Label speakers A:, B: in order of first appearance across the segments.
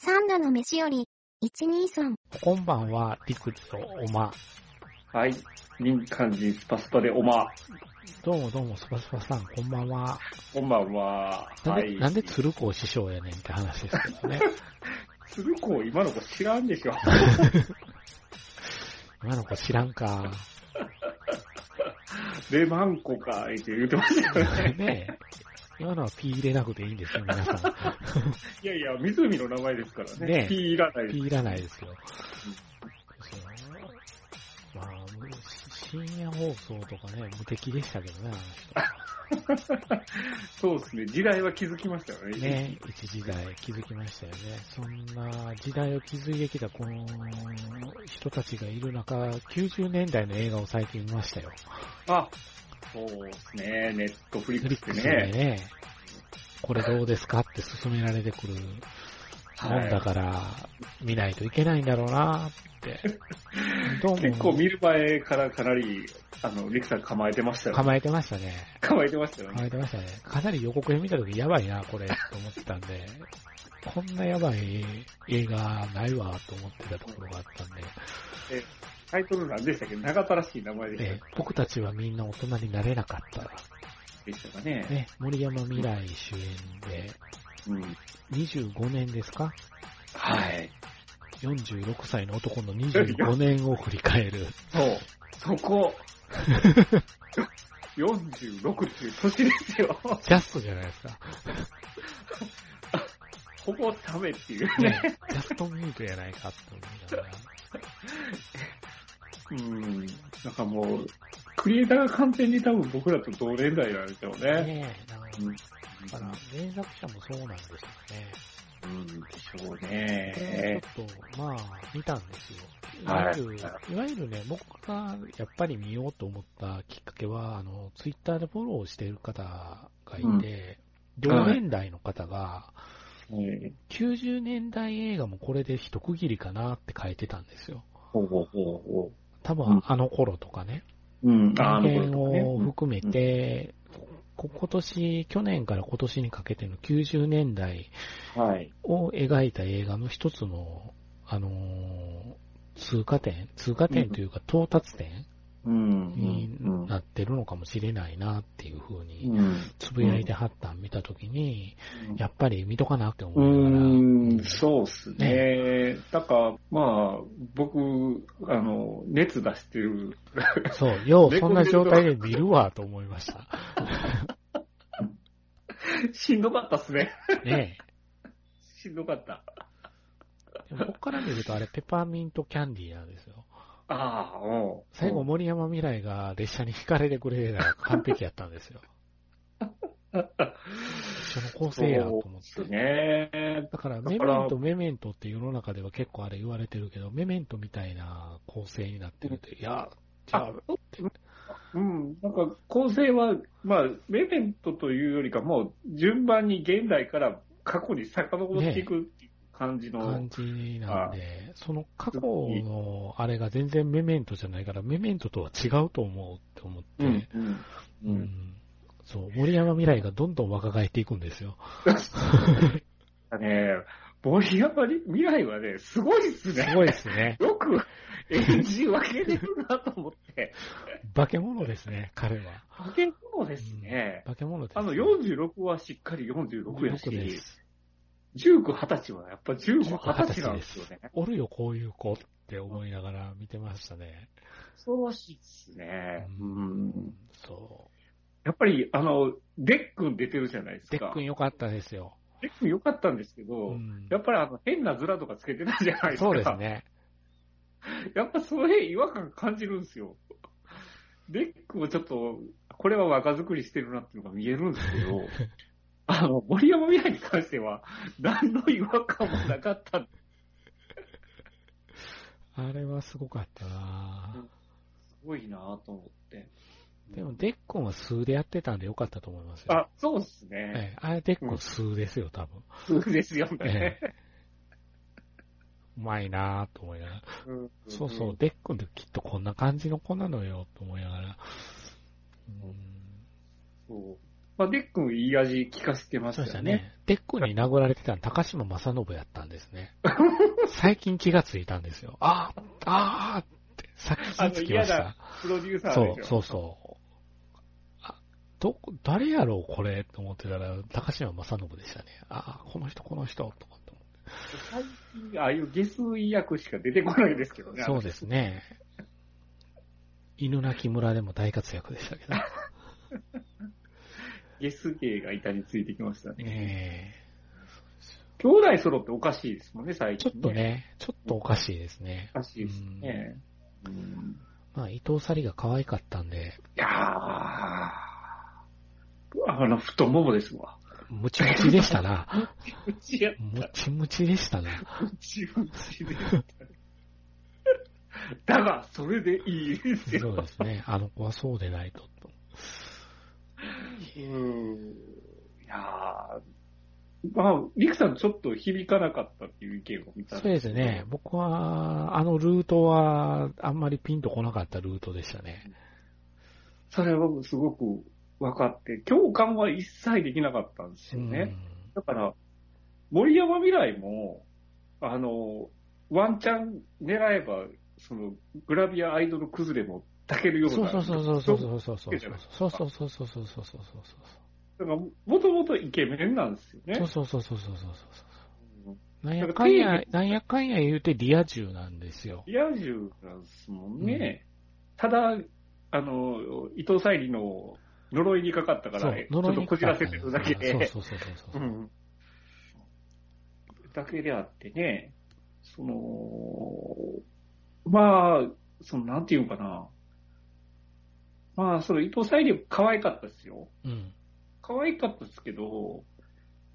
A: 朝の飯より、123。
B: 今晩は、陸地とおま。
C: はい。林間人スパスパでおま。
B: どうもどうも、スパスパさん、こんばんは。
C: こんばんは。
B: なん
C: は
B: で、
C: い。
B: なんで鶴光師匠やねんって話ですけ どね。
C: 鶴子今の子知らん でしょ。
B: 今の子知らんか。
C: レマンコか、って言ってましたよね。
B: ねえ。今のはピー入れなくていいんですよ、皆さ
C: いやいや、湖の名前ですからね。
B: ねえ
C: ピーいらない
B: ん。
C: で
B: ピ
C: す。
B: ーいらないですよ。そうまあ、深夜放送とかね、無敵でしたけどね、あ
C: そうですね。時代は気づきましたよ
B: の人。
C: ね。
B: ね、一時代気づきましたよね。そんな時代を築いてきたこの人たちがいる中、90年代の映画を最近見ましたよ。
C: あ、そうですね。ネットフリックスって
B: で
C: ね。
B: ね、これどうですかって勧められてくるもんだから、見ないといけないんだろうなって。 どうも
C: 結構見る前からかなり、あの、リクさん構えてましたよね。
B: 構えてましたね。
C: 構えてましたよ
B: 構
C: ね。
B: えてましたね。かなり予告編見た時やばいな、これ、と思ってたんで、こんなやばい映画ないわ、と思ってたところがあったんで、
C: タイトルなんでしたっけ長田らしい名前でし
B: ね僕たちはみんな大人になれなかった
C: たでしたかね。
B: ね、森山未来主演で、
C: うん。
B: 25年ですか
C: はい。
B: 46歳の男の25年を振り返る。
C: そう。そ こ。46っていう年ですよ。
B: ジャストじゃないですか。
C: ほぼダメっていうね。
B: ね、ジャストミュートやないかって思いながら。
C: うん。なんかもう、クリエイターが完全に多分僕らと同年代なんでしょうね。
B: ねえ、なんか
C: うん。
B: だから、原作者もそうなんですよね。
C: うん、でしょ
B: こ
C: う
B: れは
C: ね。
B: ちょっと、まあ、見たんですよ。いわ
C: はい
B: ゆる、い、わゆるね、僕がやっぱり見ようと思ったきっかけは、あの、ツイッターでフォローしてる方がいて、
C: うん
B: 同年代の方が、
C: うん
B: 90年代映画もこれで一区切りかなって書いてたんですよ。
C: ほうほうほうほ
B: 多
C: うん
B: 分、あの頃とかね。
C: う。うん、あ
B: あ
C: あ
B: の
C: の頃とかね。
B: を含めて、こ今年、去年から今年にかけての90年代
C: うんはい。
B: を描いた映画の一つの、あのー通過点、通過点というか到達点
C: うん。
B: に
C: うん
B: なってるのかもしれないなっていうふう
C: う
B: に、
C: ん。
B: つぶやいてはったん見たときに、やっぱり見とかなって
C: う
B: 思いながら、
C: ーん、そうっすね。だから、まあ、僕、あの、熱出してる。
B: そう、ようそんな状態で見るわと思いました。
C: しんどかったっすね。
B: ね
C: しんどかった。
B: え。でもここから見るとあれ、ペパーミントキャンディーなんですよ。
C: ああ、うん。
B: 最後、森山未来が列車に引かれてくれたら完璧やったん ですよ。その構成やと思
C: そう
B: っ
C: っす
B: て。
C: ね。
B: だから、
C: だ
B: メ
C: か
B: メ
C: ら
B: ント、メメントって世の中では結構あれ言われてるけど、メメントみたいな構成になってるって、いや、じゃあ、
C: うん。なんか、構成は、まあ、メメントというよりか、もう、順番に現代から過去に遡っていくっていう感じの、
B: 感じなんで、その過去のあれが全然メメントじゃないから、メメントとは違うと思うって思って、
C: うん。うん。う。
B: うんんそう、森山未来がどんどん若返っていくんですよ。
C: だね、森山り未来はね、すごいっすね。
B: すごいですね。
C: よく演じ分けれるなと思 って。
B: 化け物ですね、彼は。
C: 化け物ですね。
B: 化け物です、
C: あの、46はしっかり46や
B: 46で
C: し、
B: す。
C: 19、20歳はやっぱ15、20
B: 20
C: 歳
B: 歳
C: なん
B: で
C: ですよ
B: す
C: ね。。
B: おるよ、こういう子って思いながら見てましたね。
C: 恐ろしいですね。う。
B: うんそ
C: やっぱり、あの、デックン出てるじゃないです
B: う。
C: か。
B: デックン良かったですよ。
C: デックン良かったんですけど、
B: うん
C: やっぱりあの、変なズラとかつけてたじゃないですか。
B: そうですね。
C: やっぱその辺違和感感じるんですよ。デックもちょっと、これは若作りしてるなっていうのが見えるんですけ ど、あの、森山未来に関しては、何の違和感もなかった。す
B: あれはすごかったな
C: ごいなぁと思って。
B: でも、デックンは数でやってたんで良かったと思いますよ。
C: あ、そうっすね。
B: ええ、あれ、デックン数ですよ、多分。
C: 普通ですよね
B: え。え。うまいなぁと思いながら。
C: うん
B: そうそう、。デックンってきっとこんな感じの子なのよ、と思いながら。うん
C: そうまあ、デックンいい味聞かせてまし
B: そうでしたた
C: よね。
B: ね。デッコに殴られてたの高島正信やったんです ね。最近気がついたんですよ。あーあーって、さっき気
C: あ
B: が
C: の、
B: つきま
C: 嫌
B: した
C: な。プロデューサ
B: そ
C: ー
B: う、
C: でし
B: そ
C: ょ。
B: うそう。あ、どこ、誰やろうこれと思ってたら、高島正信でしたね。あ、この人、この人、とかって思って
C: 最近、ああいう下水役しか出てこないですけどね。
B: そうですね。犬鳴村でも大活躍で したけど。
C: ゲス芸が板についてきましたね。
B: え
C: 兄弟揃っておかしいですもんね、最
B: えちょ
C: 近、
B: っと。ね、ちょっとおかしいですね。
C: おかしいですね。うん
B: まあ、伊藤沙莉が可愛かったんで、
C: いやー、あの、太ももですわ。
B: ムチムチでしたな。
C: うちやっ
B: ムチムチでしたな。
C: た、うちう ちでやった。だが、それでいいですよ。
B: そうですね。あの子はそうでないと。
C: うん。いやー、まあ、リクさんちょっと響かなかったっていう意見を見たん
B: そうですね。。僕は、あのルートは、あんまりピンとこなかったルートでしたね。
C: それはすごく分かって、共感は一切できなかったんですよね。だから、森山未来も、あの、ワンチャン狙えば、その、グラビアアイドル崩れも抱ける
B: う
C: よ
B: ん。
C: うな。
B: そうそうそうそうそうそうそう。
C: そうじゃないです
B: そうそうそうそうそうそうそう
C: だから、もともとイケメンなんですよね。
B: そう。そうそうそうそうそうそう
C: うん
B: なんやかんや、なんやかんや言うてリア充なんですよ。
C: リア充なんですもんね。ただ、あの、伊藤沙莉の呪いにかかったから、ちょっとこじらせてるだけで。
B: そうそうそうそうそうう。
C: んだけであってね、その、まあ、その、なんていうのかな。まあ、その伊藤沙莉も可愛かったですよ。
B: うん。
C: 可愛かったですけど、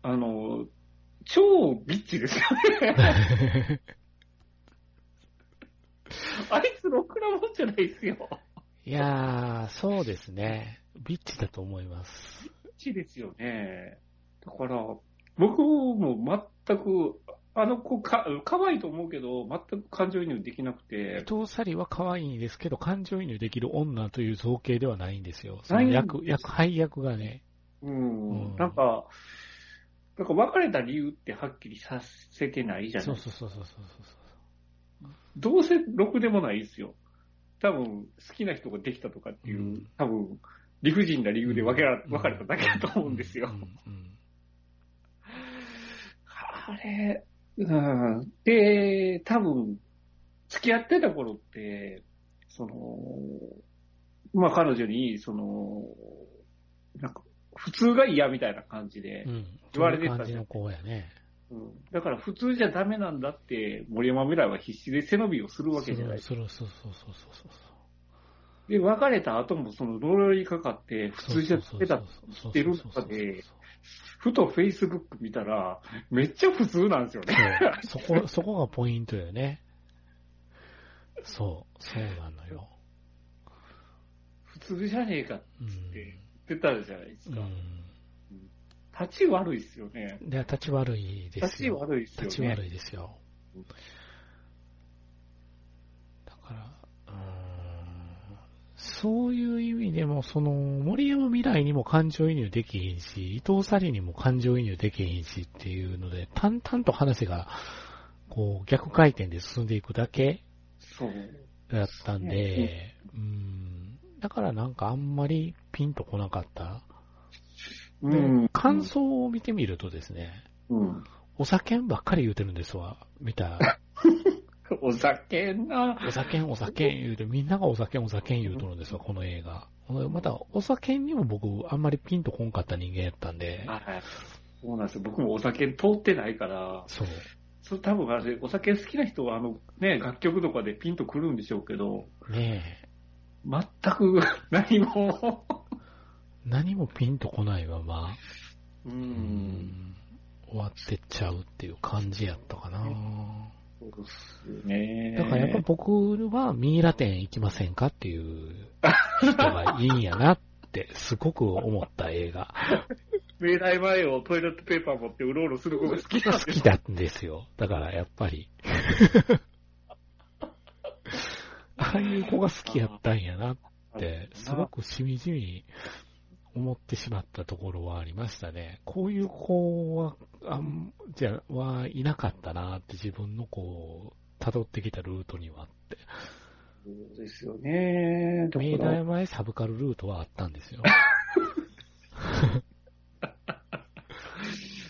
C: あの、超ビッチですよ ね。あいつろくなもんじゃないですよ。
B: いやー、そうですね。ビッチだと思います。
C: ビッチですよね。だから、僕も全く、あの子か、可愛いと思うけど、全く感情移入できなくて、
B: 伊藤サリは可愛いんですけど、感情移入できる女という造形ではないんですよ。その役、役、配役がね。
C: うん
B: うん
C: なんか、なんか別れた理由ってはっきりさせてないじゃな
B: そ
C: いうですか。
B: そうそうそうそうそうそう。
C: どうせろくでもないですよ。多分、好きな人ができたとかっていう、
B: うん
C: 多分、理不尽な理由で分けら、
B: うん
C: 別れただ けだと思うんですよ。
B: うんうん
C: あれ、うん。で、多分、付き合ってた頃って、その、まあ彼女に、その、なんか、普通が嫌みたいな感じで
B: う、ん
C: 言われて
B: そういう
C: た
B: 感じの子やね。
C: うんだから普通じゃダメなんだって、森山未来は必死で背伸びをするわけじゃない。
B: そうそうそうそうそうそう
C: で、別れた後もその呪いにかかって、普
B: そう。
C: 通じゃダメだ。
B: 知
C: ってる中でふと Facebook 見たら、めっちゃ普通なんですよね。
B: そう。そこ、 そこがポイントよね。そう、そうなのよ。
C: 普通じゃねえかって
B: うん。
C: 言ってたじゃないです
B: う
C: か。
B: ん。
C: 立ち悪いっすよね。
B: で、立ち悪いで
C: 立
B: す
C: ち
B: よ。
C: 悪いっすよね。
B: 立ち悪いですよ
C: うん。
B: だから、うーんそういう意味でも、その、森山未来にも感情移入できへんし、伊藤沙莉にも感情移入できへんしっていうので、淡々と話が、こう、逆回転で進んでいくだけ
C: そう。
B: だったんで、うん、だからなんかあんまりピンとこなかった。で
C: うん。
B: 感想を見てみるとですね、
C: うん。
B: お酒ばっかり言うてるんですわ、見た
C: お酒な。
B: お酒んお酒ん言うて、みんながお酒んお酒ん言うとるんですよ、この映画。また、お酒にも僕、あんまりピンとこんかった人間やったんで、
C: はい。そうなんですよ。僕もお酒通ってないから、
B: そう。
C: そう多分あれ、お酒好きな人は、あの、ね、楽曲とかでピンとくるんでしょうけど、
B: ねえ、
C: 全く 何も。
B: 何もピンとこないまま、
C: う。
B: うんん、終わってっちゃうっていう感じやったかな。
C: そうですよね。
B: だからやっぱ僕はミイラ店行きませんかっていう人がいいんやなって、すごく思った映画。
C: 明大前をトイレットペーパー持ってうろうろする子が好きなん
B: 好
C: です
B: きだんですよ。だからやっぱ り。ああいう子が好きやったんやなって、すごくしみじみ思ってしまったところはありましたね。こういう子は、あん、じゃ、はいなかったなって自分のこう、辿ってきたルートにはあって。
C: そうですよね。だ
B: 明
C: から
B: 大前サブカルルートはあったんですよ。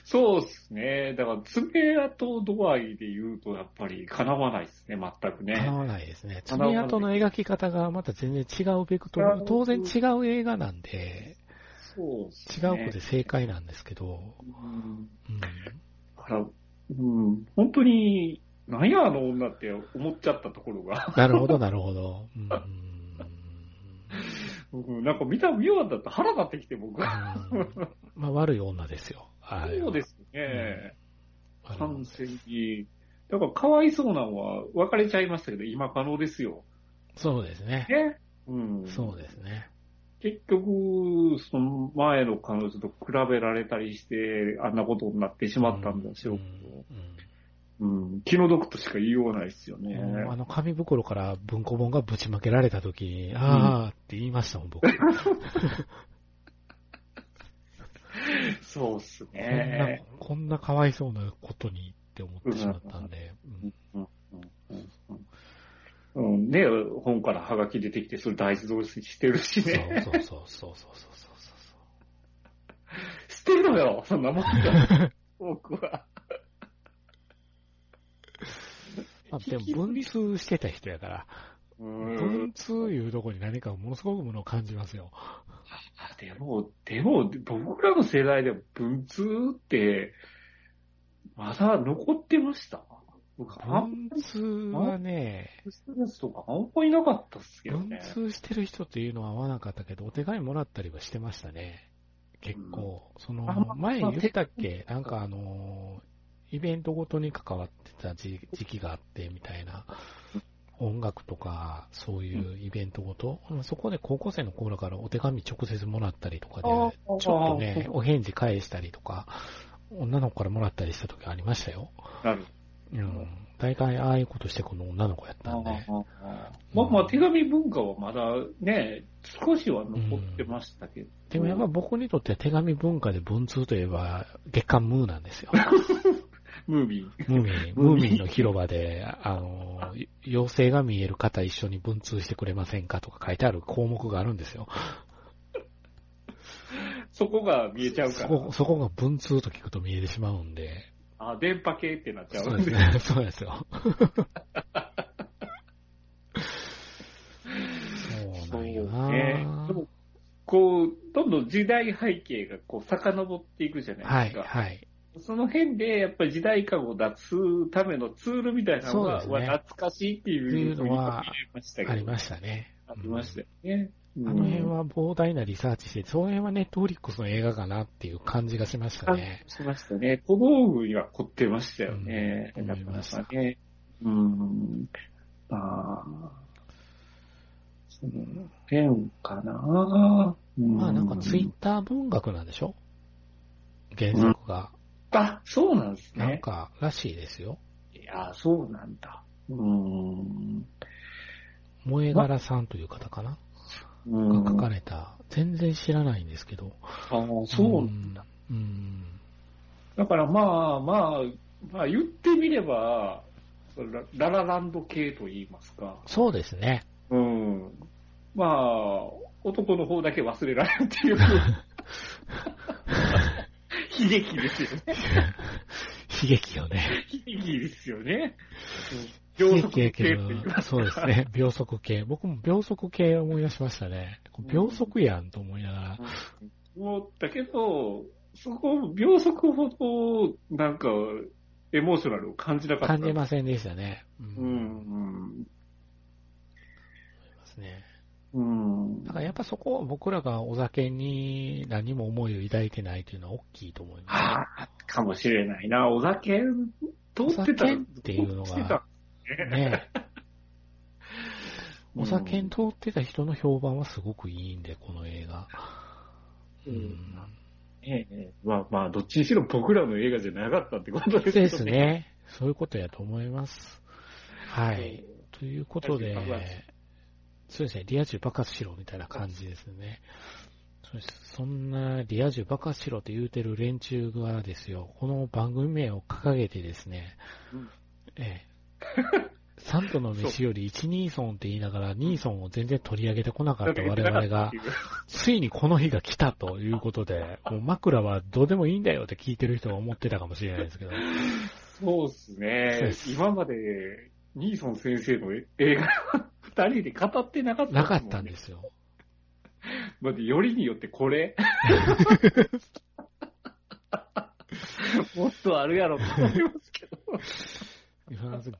C: そうですね。だから、爪痕度合いで言うと、やっぱり叶わないですね、全く
B: 叶
C: ね。
B: わないですね。
C: 叶わ
B: 爪
C: ない
B: 痕の描き方がまた全然違うベクトル、当然違う映画なんで、
C: そうです
B: 違
C: ね。
B: う子で正解なんですけど、
C: うん
B: うん、
C: だから、うん、本当に、なんやあの女って思っちゃったところが、
B: なるほど、なるほど。うん
C: うんなんか見た妙だった腹立ってきて、僕は。
B: うんまあ、悪い女ですよ。はい
C: そうですね。
B: 悪い女
C: 完全に。だから、かわいそうなのは、別れちゃいましたけど、今可能ですよ。
B: そうですね。
C: ね。うん。
B: そうですね。
C: 結局、その前の彼女と比べられたりして、あんなことになってしまったんだしょうけど、うん、気の毒としか言いようないですよ
B: うん
C: ね。
B: うんあの、紙袋から文庫本がぶちまけられた時に、あーって言いましたもん、僕。こん
C: そうっす
B: な
C: ね。、
B: こんなかわいそうなことにって思ってしまったんで。うん
C: うんうんうん、ね本からハガキ出てきて、それ大事同士してるし
B: そう
C: ね。
B: そうそうそうそうそうそうそう。
C: 捨てろよ、そんなもん。 僕は。
B: まあ、でも文通してた人やから、
C: う
B: 文
C: ん。
B: 通いうとこに何かものすごくものを感じますよ。
C: あでも、でも、僕らの世代でも文通って、まだ残ってました僕、あん
B: 文通はね、
C: ストレスとかあんまりなかったっすけど
B: 文
C: ね。
B: 通してる人っていうのは合わなかったけど、お手紙もらったりはしてましたね。結構。その
C: あまあ、
B: 前言ったっけなんかあのー、イベントごとに関わってた時時期があって、みたいな。音楽とか、そういうイベントごと、そこで高校生の頃からお手紙直接もらったりとかで、
C: あ
B: ちょ
C: ー
B: っとね、お返事返したりとか、女の子からもらったりした時ありましたよ。
C: なる
B: うん。大体ああいうことしてこの女の子やったんで。
C: ほど。まあまあ、手紙文化はまだね、少しは残ってましたけど。
B: でもやっぱ僕にとっては手紙文化で文通といえば月刊ムーなんです よ。
C: ムービー。
B: ムーミン、ムーミンの広場で、あの、妖精が見える方一緒に文通してくれませんかとか書いてある項目があるんですよ。
C: そこが見えちゃうか
B: そ
C: ら
B: こ、。そこが文通と聞くと見えてしまうんで。
C: あ、電波系ってなっちゃ
B: そううんで
C: です
B: ね。そうなんです よ。そうなんよな、
C: ねでも、こう、どんどん時代背景がこう遡っていくじゃな
B: はいい、
C: ですか。
B: はい。
C: その辺で、やっぱり時代感を出すためのツールみたいなのが、
B: そうですね
C: わ懐かしいっていうふうには見れましたけど。
B: ありましたね。
C: ありましたよね。うん
B: あの辺は膨大なリサーチして、その辺はネットフリックスの映画かなっていう感じがしましたね。
C: しましたね。小道具には凝ってましたよね。
B: うん
C: なかなかね。うん。まあ、その辺かな。うん
B: まあなんかツイッター文学なんでしょ原作が。
C: あ、そうなんです
B: なん
C: ね。
B: か、らしいですよ。
C: いや、そうなんだ。うん。
B: 萌え柄さんという方かな、
C: うん、
B: が書かれた。全然知らないんですけど。
C: あーそうなんだ。
B: うん。うん
C: だからまあまあ、まあ言ってみれば、ラララランド系と言いますか。
B: そうですね。
C: うん。まあ、男の方だけ忘れられる っていう。悲劇ですよね。
B: 悲劇よね。
C: 悲劇ですよね。
B: 悲
C: 秒速
B: 劇やけ
C: 系
B: ど
C: というか、
B: そうですね。秒速系。僕も秒速系を思い出しましたね。秒速やんと思いながら。
C: 思ったけど、そこ、秒速ほど、なんか、エモーショナルを感じなかった。
B: 感じませんでしたね。う
C: う。ん。
B: ですね。
C: うん。
B: だからやっぱそこは僕らがお酒に何も思いを抱いてないというのは大きいと思います。
C: はあ、かもしれないな。お酒、通ってた
B: お酒っていうのが
C: 通ってた
B: ねえ。
C: うん
B: お酒に通ってた人の評判はすごくいいんで、この映画。
C: うんええ、まあまあ、どっちにしろ僕らの映画じゃなかったってことですよ
B: です。ね。そういうことやと思います。はい。ということで
C: リア充爆発、
B: そうですね、リア充爆発しろみたいな感じですね。そそんなリア充爆発しろって言うてる連中がですよ、この番組名を掲げてですね、
C: うん
B: ええ、サントの飯より1ニーソンって言いながら、ニーソンを全然取り上げてこなかった我々が、ついにこの日が来たということで、もう枕はどうでもいいんだよって聞いてる人は思ってたかもしれないですけど、
C: そうです
B: そうで
C: ね。
B: す
C: 今まで、ニーソン先生の映画、二人で語ってなかった、
B: なかったんですすよ。
C: もんね。だってよりによって これ。もっとあるやろと思いますけど。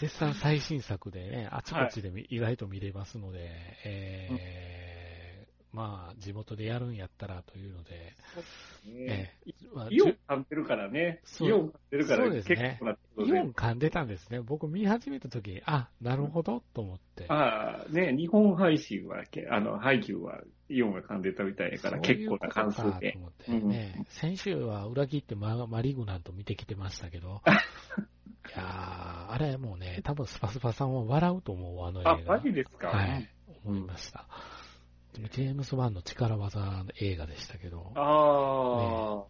B: 絶賛最新作でね、あちこちで見意外と見れますので、えーまあ、地元でやるんやったらというので、
C: ね
B: えーまあ
C: イオン噛んでるからね。
B: そう
C: イオン噛んでるから
B: そうですね
C: 結構なこと
B: イ
C: で
B: オン噛んでたんですね。僕見始めた時に、あ、なるほど、と思って。
C: ああ、ね、日本配信はけ、あの、配給はイオンが噛んでたみたいだから、
B: そうい
C: 結
B: う
C: 構
B: こ
C: な
B: とか
C: 関数で
B: と。思ってね、先週は裏切ってママリグナント見てきてましたけ ど、いやーあれもうね、多分スパスパさんは笑うと思うわ、あの映画。
C: あ、マジですか、
B: はい、思いました。でもジェームス・ワンの力技の映画でしたけど、
C: ああ、
B: ね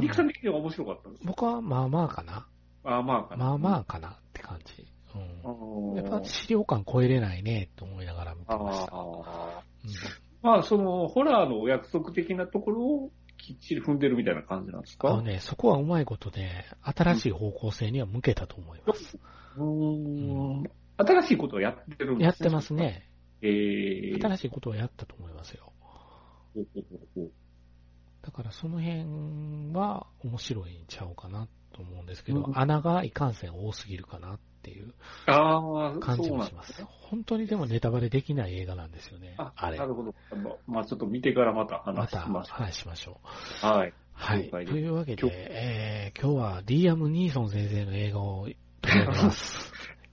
C: 肉さん的には面白かったんですか
B: 僕はまあまあかな。
C: ああ、まあかな。
B: まあまあかなって感じ。うん
C: うん。
B: やっぱ資料館超えれないねと思いながら見て
C: あ
B: ました。
C: あ。
B: うん
C: まあ、その、ホラーのお約束的なところをきっちり踏んでるみたいな感じなんです
B: あの
C: か、
B: ね、そこはうまいことね、新しい方向性には向けたと思います。
C: うーん。新しいことをやってるんですね
B: やってます。ね。
C: ええ
B: 新しいことをやったと思いますよ。だからその辺は面白いんちゃうかなと思うんですけど、
C: うん
B: 穴がいかんせん多すぎるかなっていう
C: ああ、
B: 感じ
C: そう
B: も
C: なん
B: し
C: で
B: ますす
C: ね。。
B: 本当にでもネタバレできない映画なんですよね。あ
C: あ
B: れ
C: な。るほど。あのまあ、ちょっと見てからまた
B: ま
C: 話
B: た
C: しましょ
B: 話しましょう。
C: う。はい。
B: はい。と
C: 了解です
B: いうわけで
C: 今日、
B: えー今日はリーアム・ニーソン先生の映画を取り上げ ます。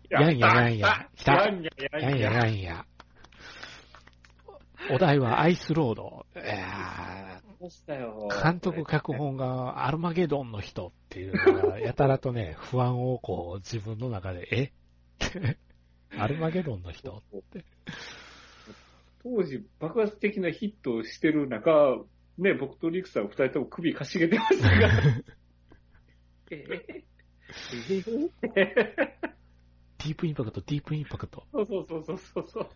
B: やんややんや。来
C: や
B: た。
C: んややん
B: や
C: や。
B: んややんや。お題はアイスロード。えー
C: そうしたよ
B: 監督脚本がアルマゲドンの人っていうのが、やたらとね、 不安をこう自分の中で、え ってアルマゲドンの人
C: 当時、爆発的なヒットをしてる中、ね、僕とリクさん二人とも首かしげてましたが。 えええ
B: ディープインパクト、ディープインパクト。
C: そうそうそうそうそうそう。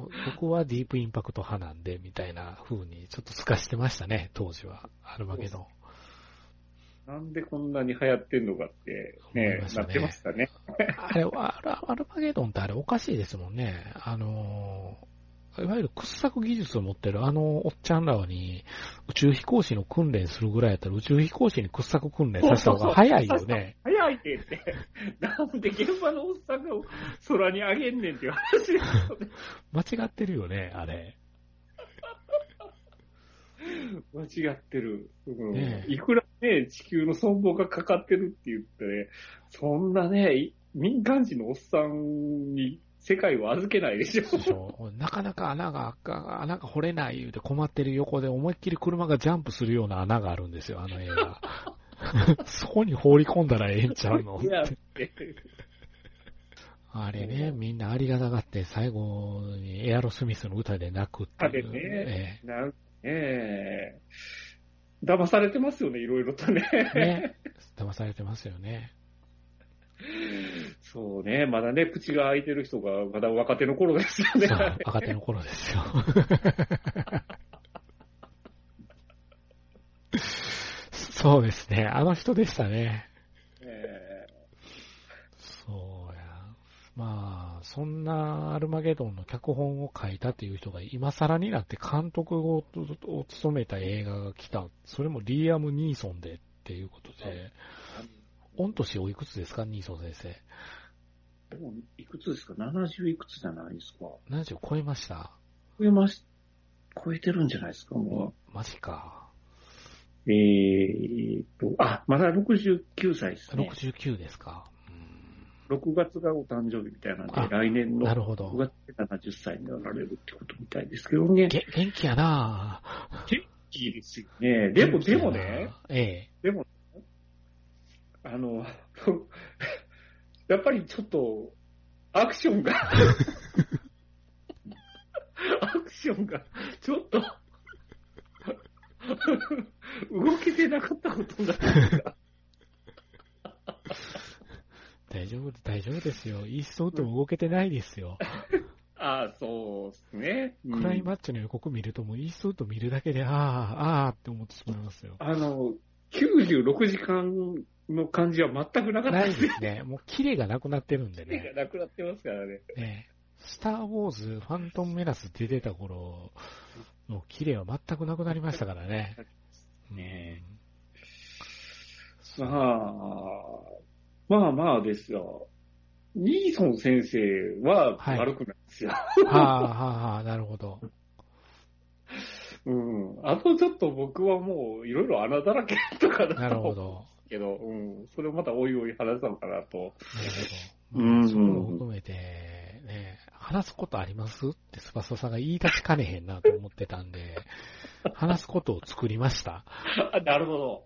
B: ぼ僕はディープインパクト派なんで、みたいな風に、ちょっと透かしてましたね、 当時は。アルマゲドン。
C: なんでこんなに流行ってんのかって、
B: 思い
C: ね
B: まし、た
C: な
B: ね
C: ってましたね。
B: あれ、アルアルマゲドンってあれおかしいですもんね。あのー、いわゆる掘削技術を持ってるあのおっちゃんらに宇宙飛行士の訓練するぐらいやったら宇宙飛行士に掘削訓練させた方が早いよ ね。
C: 早いでって。なんで現場のおっさんが空にあげんねんっていう話ですよね。
B: 間違ってるよね、あれ。
C: 間違ってる。うん
B: ねえ
C: いくらね、地球の存亡がかかってるって言ってね、そんなね、い民間人のおっさんに世界を預けないでしょ。
B: でしょなかなか穴が、あ穴が掘れない言うて困ってる横で思いっきり車がジャンプするような穴があるんですよ、あの映画。 そこに放り込んだらええんちゃうの
C: いやって
B: あれね、みんなありがたがって最後にエアロスミスの歌で泣くっていう。
C: あれね
B: え
C: なんええ騙されてますよね、いろいろとね。
B: えね。騙されてますよね。
C: そうね、まだね、口が開いてる人が、まだ若手の頃ですよね。
B: そう、若手の頃ですよ。 そうですね、あの人でしたね。
C: え
B: そうや。まあ、そんなアルマゲドンの脚本を書いたっていう人が今更になって監督をを務めた映画が来た。それもリーアム・ニーソンでっていうことで。御年おいくつですか、ニーソン先生。
C: えでもいくつですか ?70 いくつじゃないですか。
B: 70超えました
C: 超えまし、超えてるんじゃないですか、もう。
B: マジか。
C: えーっと、あ、まだ69歳ですね。
B: 69ですか。
C: 6月がお誕生日みたいなんで
B: あ、
C: 来年
B: うん、
C: の
B: なるほ
C: 6
B: ど。
C: 月で70歳になられるってことみたいですけどね。
B: げ元気やなぁ
C: いいですよね。でも、
B: 元気
C: で
B: やな
C: も
B: ぁ
C: ね、。
B: ええ。
C: あの、 やっぱりちょっと、アクションが、アクションが、ちょっと、動けてなかったこ とが、
B: 大丈夫、大丈夫ですよ。イーストウッドも動けてないですよ。
C: ああ、そうですね。
B: クライマッチョの予告見ると、もうイーストウッド見るだけで、ああ、ああって思ってしまいますよ。
C: あの、96時間の感じは全くなかった
B: ないです ね。もうキレがなくなってるんで
C: 手
B: ね。
C: がなくなってますからね。
B: ねスター・ウォーズ、ファントム・メラス出てた頃、もうキレは全くなくなりましたからね。
C: ね
B: うん
C: まあ、まあまあですよ。ニーソン先生は
B: はい
C: 悪くないですよ。
B: はあ、はあ、はあ、なるほど。
C: うん。あとちょっと僕はもういろいろ穴だらけとか
B: な
C: だ
B: る
C: と
B: ほ
C: 思う
B: ど。
C: けど、うん。それをまたおいおい話そうかなと。
B: なるほど。
C: うん
B: まあそういうのを含めて、ね、話すことありますってスパスパさんが言い出しかねへんなと思ってたんで、話すことを作りました。
C: あなるほど。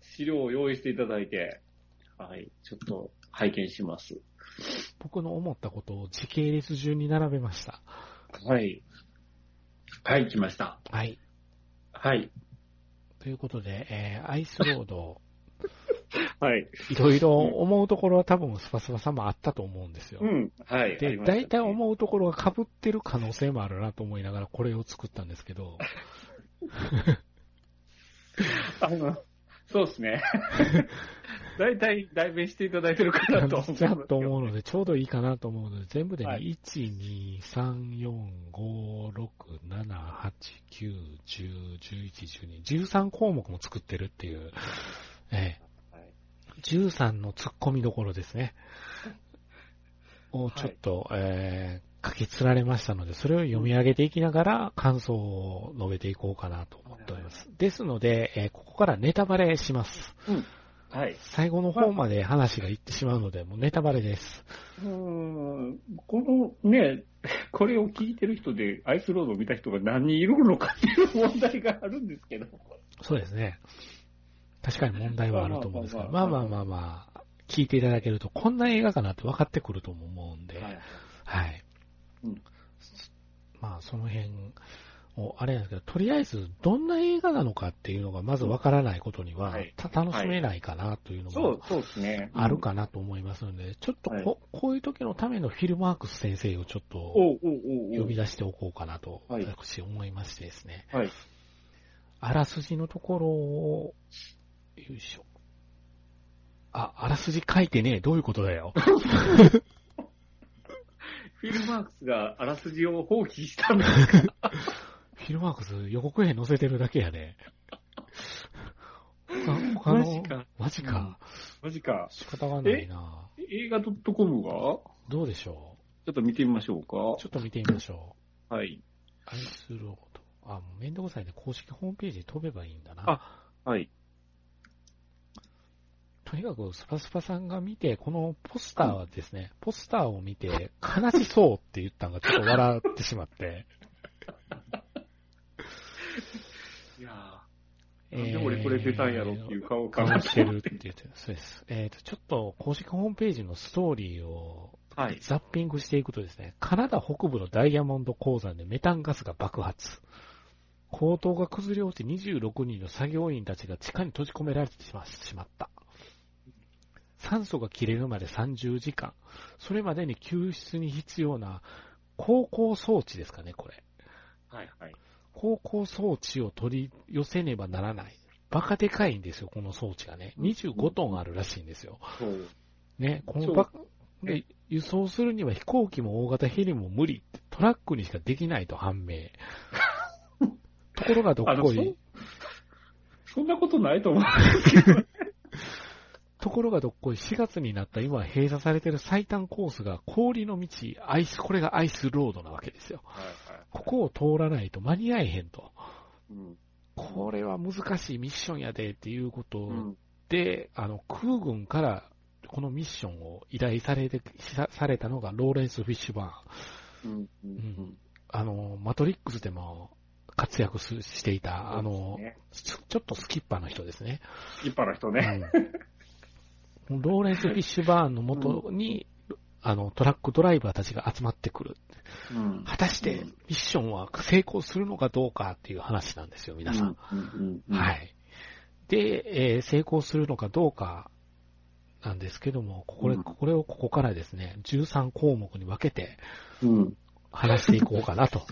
C: 資料を用意していただいて、はい。ちょっと拝見します。
B: 僕の思ったことを時系列順に並べました。
C: はい。はい、来ました。
B: はい。
C: はい。
B: ということで、えーアイスロー ド、
C: はい。
B: いろいろ思うところは多分スパスパさんもあったと思うんですよ
C: う。ん。はい。あ
B: で、
C: りましたね
B: 大体思うところが被ってる可能性もあるなと思いながらこれを作ったんですけど、
C: あの、そうで すね。大体、代弁してい ただいてるかなと思
B: ちゃんと
C: う。
B: 思うので、ちょうどいいかなと思うので、全部でね、
C: はい
B: 1、2、3、4、5、6、7、8、9、10、11、12、13項目も作ってるって いう、ええ
C: はい
B: 13の突っ込みどころですね。をちょっと、えー書き連られましたので、それを読み上げていきながら感想を述べていこうかなと思っております。ですので、えーここからネタバレします。
C: はい。
B: 最後の方まで話がいってしまうので、もうネタバレです。
C: うーん、このね、これを聞いてる人で、アイスロードを見た人が何人いるのかっていう問題があるんですけど。
B: そうですね。確かに問題はあると思うんですが、ま
C: ま
B: あ
C: あ
B: ま
C: ま
B: あ
C: あ
B: まあまあ、聞いていただけると、こんな映画かなって分かってくるとも思うんで、はい。
C: うん
B: まあ、その辺を、あれなんですけど、とりあえず、どんな映画なのかっていうのが、まず分からないことには、
C: はい
B: た楽しめないかなというの
C: そう
B: も、
C: そうですね。
B: ある。かなと思いますので、ちょっとこ,、
C: はいう
B: こういう時のためのフィルマークス先生をちょっと、
C: おうおうおうおう
B: 呼び出しておこうかなと、
C: はい
B: 私思いましてですね。
C: はい。
B: あらすじのところを、よいしょ。あ、あらすじ書いてねえ。どういうことだよ。
C: フィルマークスがあらすじを放棄した んですか
B: フィルマークス予告編載せてるだけや ね。他他の
C: マジか。
B: マジか。
C: マジか。
B: 仕方がないな。
C: 映画 .com がちょ
B: どうでしょ
C: っと見てみましょう
B: う。ちょっと見てみましょう。
C: か。はい。
B: アイスロード。あ、もうめんどくさいね。公式ホームページに飛べばいいんだな。
C: あはい。
B: とにかく、スパスパさんが見て、このポスターはですね、ポスターを見て、悲しそうって言ったのがちょっと笑ってしまって。
C: いやー なんで俺これ出たんやろっていう顔を考
B: 顔
C: え
B: してるって言ってる。そうです。えっ、と、ちょっと公式ホームページのストーリーを
C: はい。
B: ザッピングしていくとですね、カナダ北部のダイヤモンド鉱山でメタンガスが爆発。鋼塔が崩れ落ち26人の作業員たちが地下に閉じ込められてしましまった。酸素が切れるまで30時間。それまでに救出に必要な航行装置ですかね、これ。
C: はいはい。
B: 航行装置を取り寄せねばならない。バカでかいんですよ、この装置がね。25トンあるらしいんですよ。
C: そう。
B: ね、この
C: そう
B: バで輸送するには飛行機も大型ヘリも無理って、トラックにしかできないと判 明。ところがどっこ
C: あのそう
B: い、
C: そんなことないと思う。
B: ところがどっこい4月になった今閉鎖されてる最短コースが氷の道、アイス、これがアイスロードなわけですよ。
C: はいはい。
B: ここを通らないと間に合えへんと。
C: うん。
B: これは難しいミッションやでっていうことを
C: うん。
B: で、あの、空軍からこのミッションを依頼されて、さされたのがローレンス・フィッシュバーン。
C: うん。う
B: うん。あの、マトリックスでも活躍すしていた、あの、ちょちょっとスキッパーの人ですね。
C: 一派の人ね。
B: うんローレンス・フィッシュバーンの元に、あの、トラックドライバーたちが集まってくる。
C: うん。
B: 果たして
C: うん、
B: ミッションは成功するのかどうかっていう話なんですよ、皆さん。
C: うんうんうん、。
B: はいい。で、えー成功するのかどうかなんですけども、これ、
C: うん
B: これをここからですね、13項目に分けて
C: うん。
B: 話していこうか なと。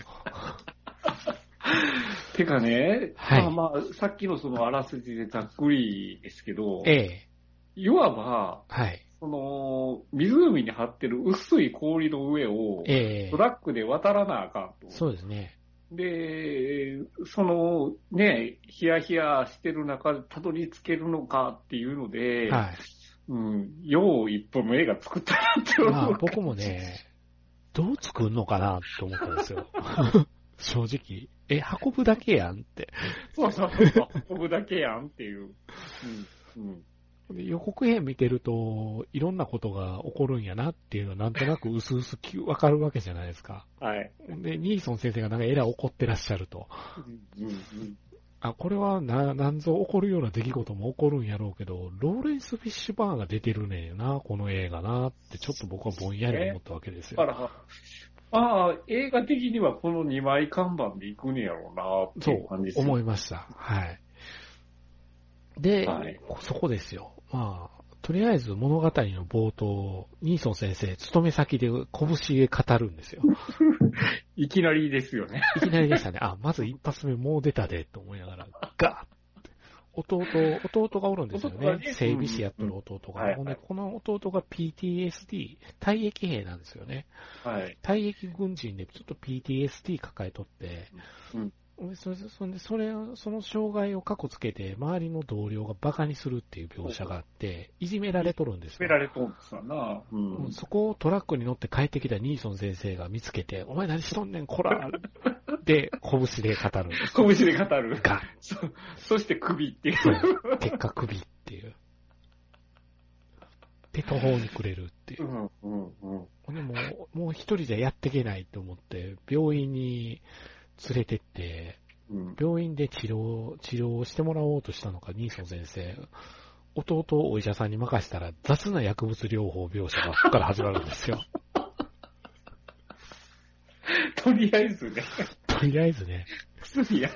C: てかね、
B: はい
C: まあまあ、さっきのそのあらすじでざっくりですけど、
B: ええ
C: いわば、
B: はい。
C: その、湖に張ってる薄い氷の上を、
B: ええ
C: トラックで渡らなあかんと。
B: そうですね。
C: で、そのね、ヒヤヒヤしてる中でたどり着けるのかっていうので、
B: はい。
C: うん、よう一本の映画作ったなって
B: ま
C: 思
B: あ
C: う。
B: 僕もね、どう作るのかなと思ったんですよ。正直。え、運ぶだけやんって。
C: そうそうそう、運ぶだけやんっていう。うんうん
B: で予告編見てると、いろんなことが起こるんやなっていうのはなんとなく薄々きわかるわけじゃないですか。
C: はい。
B: で、ニーソン先生がなんかエラー起こってらっしゃると。
C: うんうんうん
B: あ、これはな、なんぞ起こるような出来事も起こるんやろうけど、ローレンス・フィッシュバーンが出てるねんな、この映画なって、ちょっと僕はぼんやり思ったわけです
C: だ
B: よ。
C: から、ああ、映画的にはこの2枚看板でいくんやろうなって
B: そ
C: いう感じで
B: う、
C: すよ
B: 思いました。はい。で、
C: はい
B: そこですよ。まあ、とりあえず物語の冒頭、ニーソン先生、勤め先で拳で語るんですよ。
C: いきなりですよね。
B: いきなりでしたね。あ、まず一発目もう出たで、と思いながら、ガーッて弟、弟がおるんですよ
C: 弟が
B: ね。
C: ね
B: 整備士やってる弟
C: うんうんは
B: が。
C: い
B: ほんで、この弟が PTSD、退役兵なんですよね。
C: はい。
B: 退役軍人でちょっと PTSD 抱えとって、それそんでそれをその障害を過去つけて、周りの同僚がバカにするっていう描写があって、いじめられとるんです
C: スペ
B: よ。
C: られとんですわな。うん
B: うんそこをトラックに乗って帰ってきたニーソン先生が見つけて、お前何しとんねん、こらで、拳で語る。
C: 拳で語る。
B: ガ
C: そ、そして首っていう。
B: そう結果首っていう。で、途方に暮れるっていう
C: う。ん、うん、うん。
B: ほんでもう、もう一人じゃやっていけないと思って、病院に連れてって、
C: うん。
B: 病院で治療、治療をしてもらおうとしたのか、ニーソン先生。弟をお医者さんに任せたら、雑な薬物療法描写がここから始まるんですよ。
C: とりあえずね、
B: とりあえずね、
C: 薬や、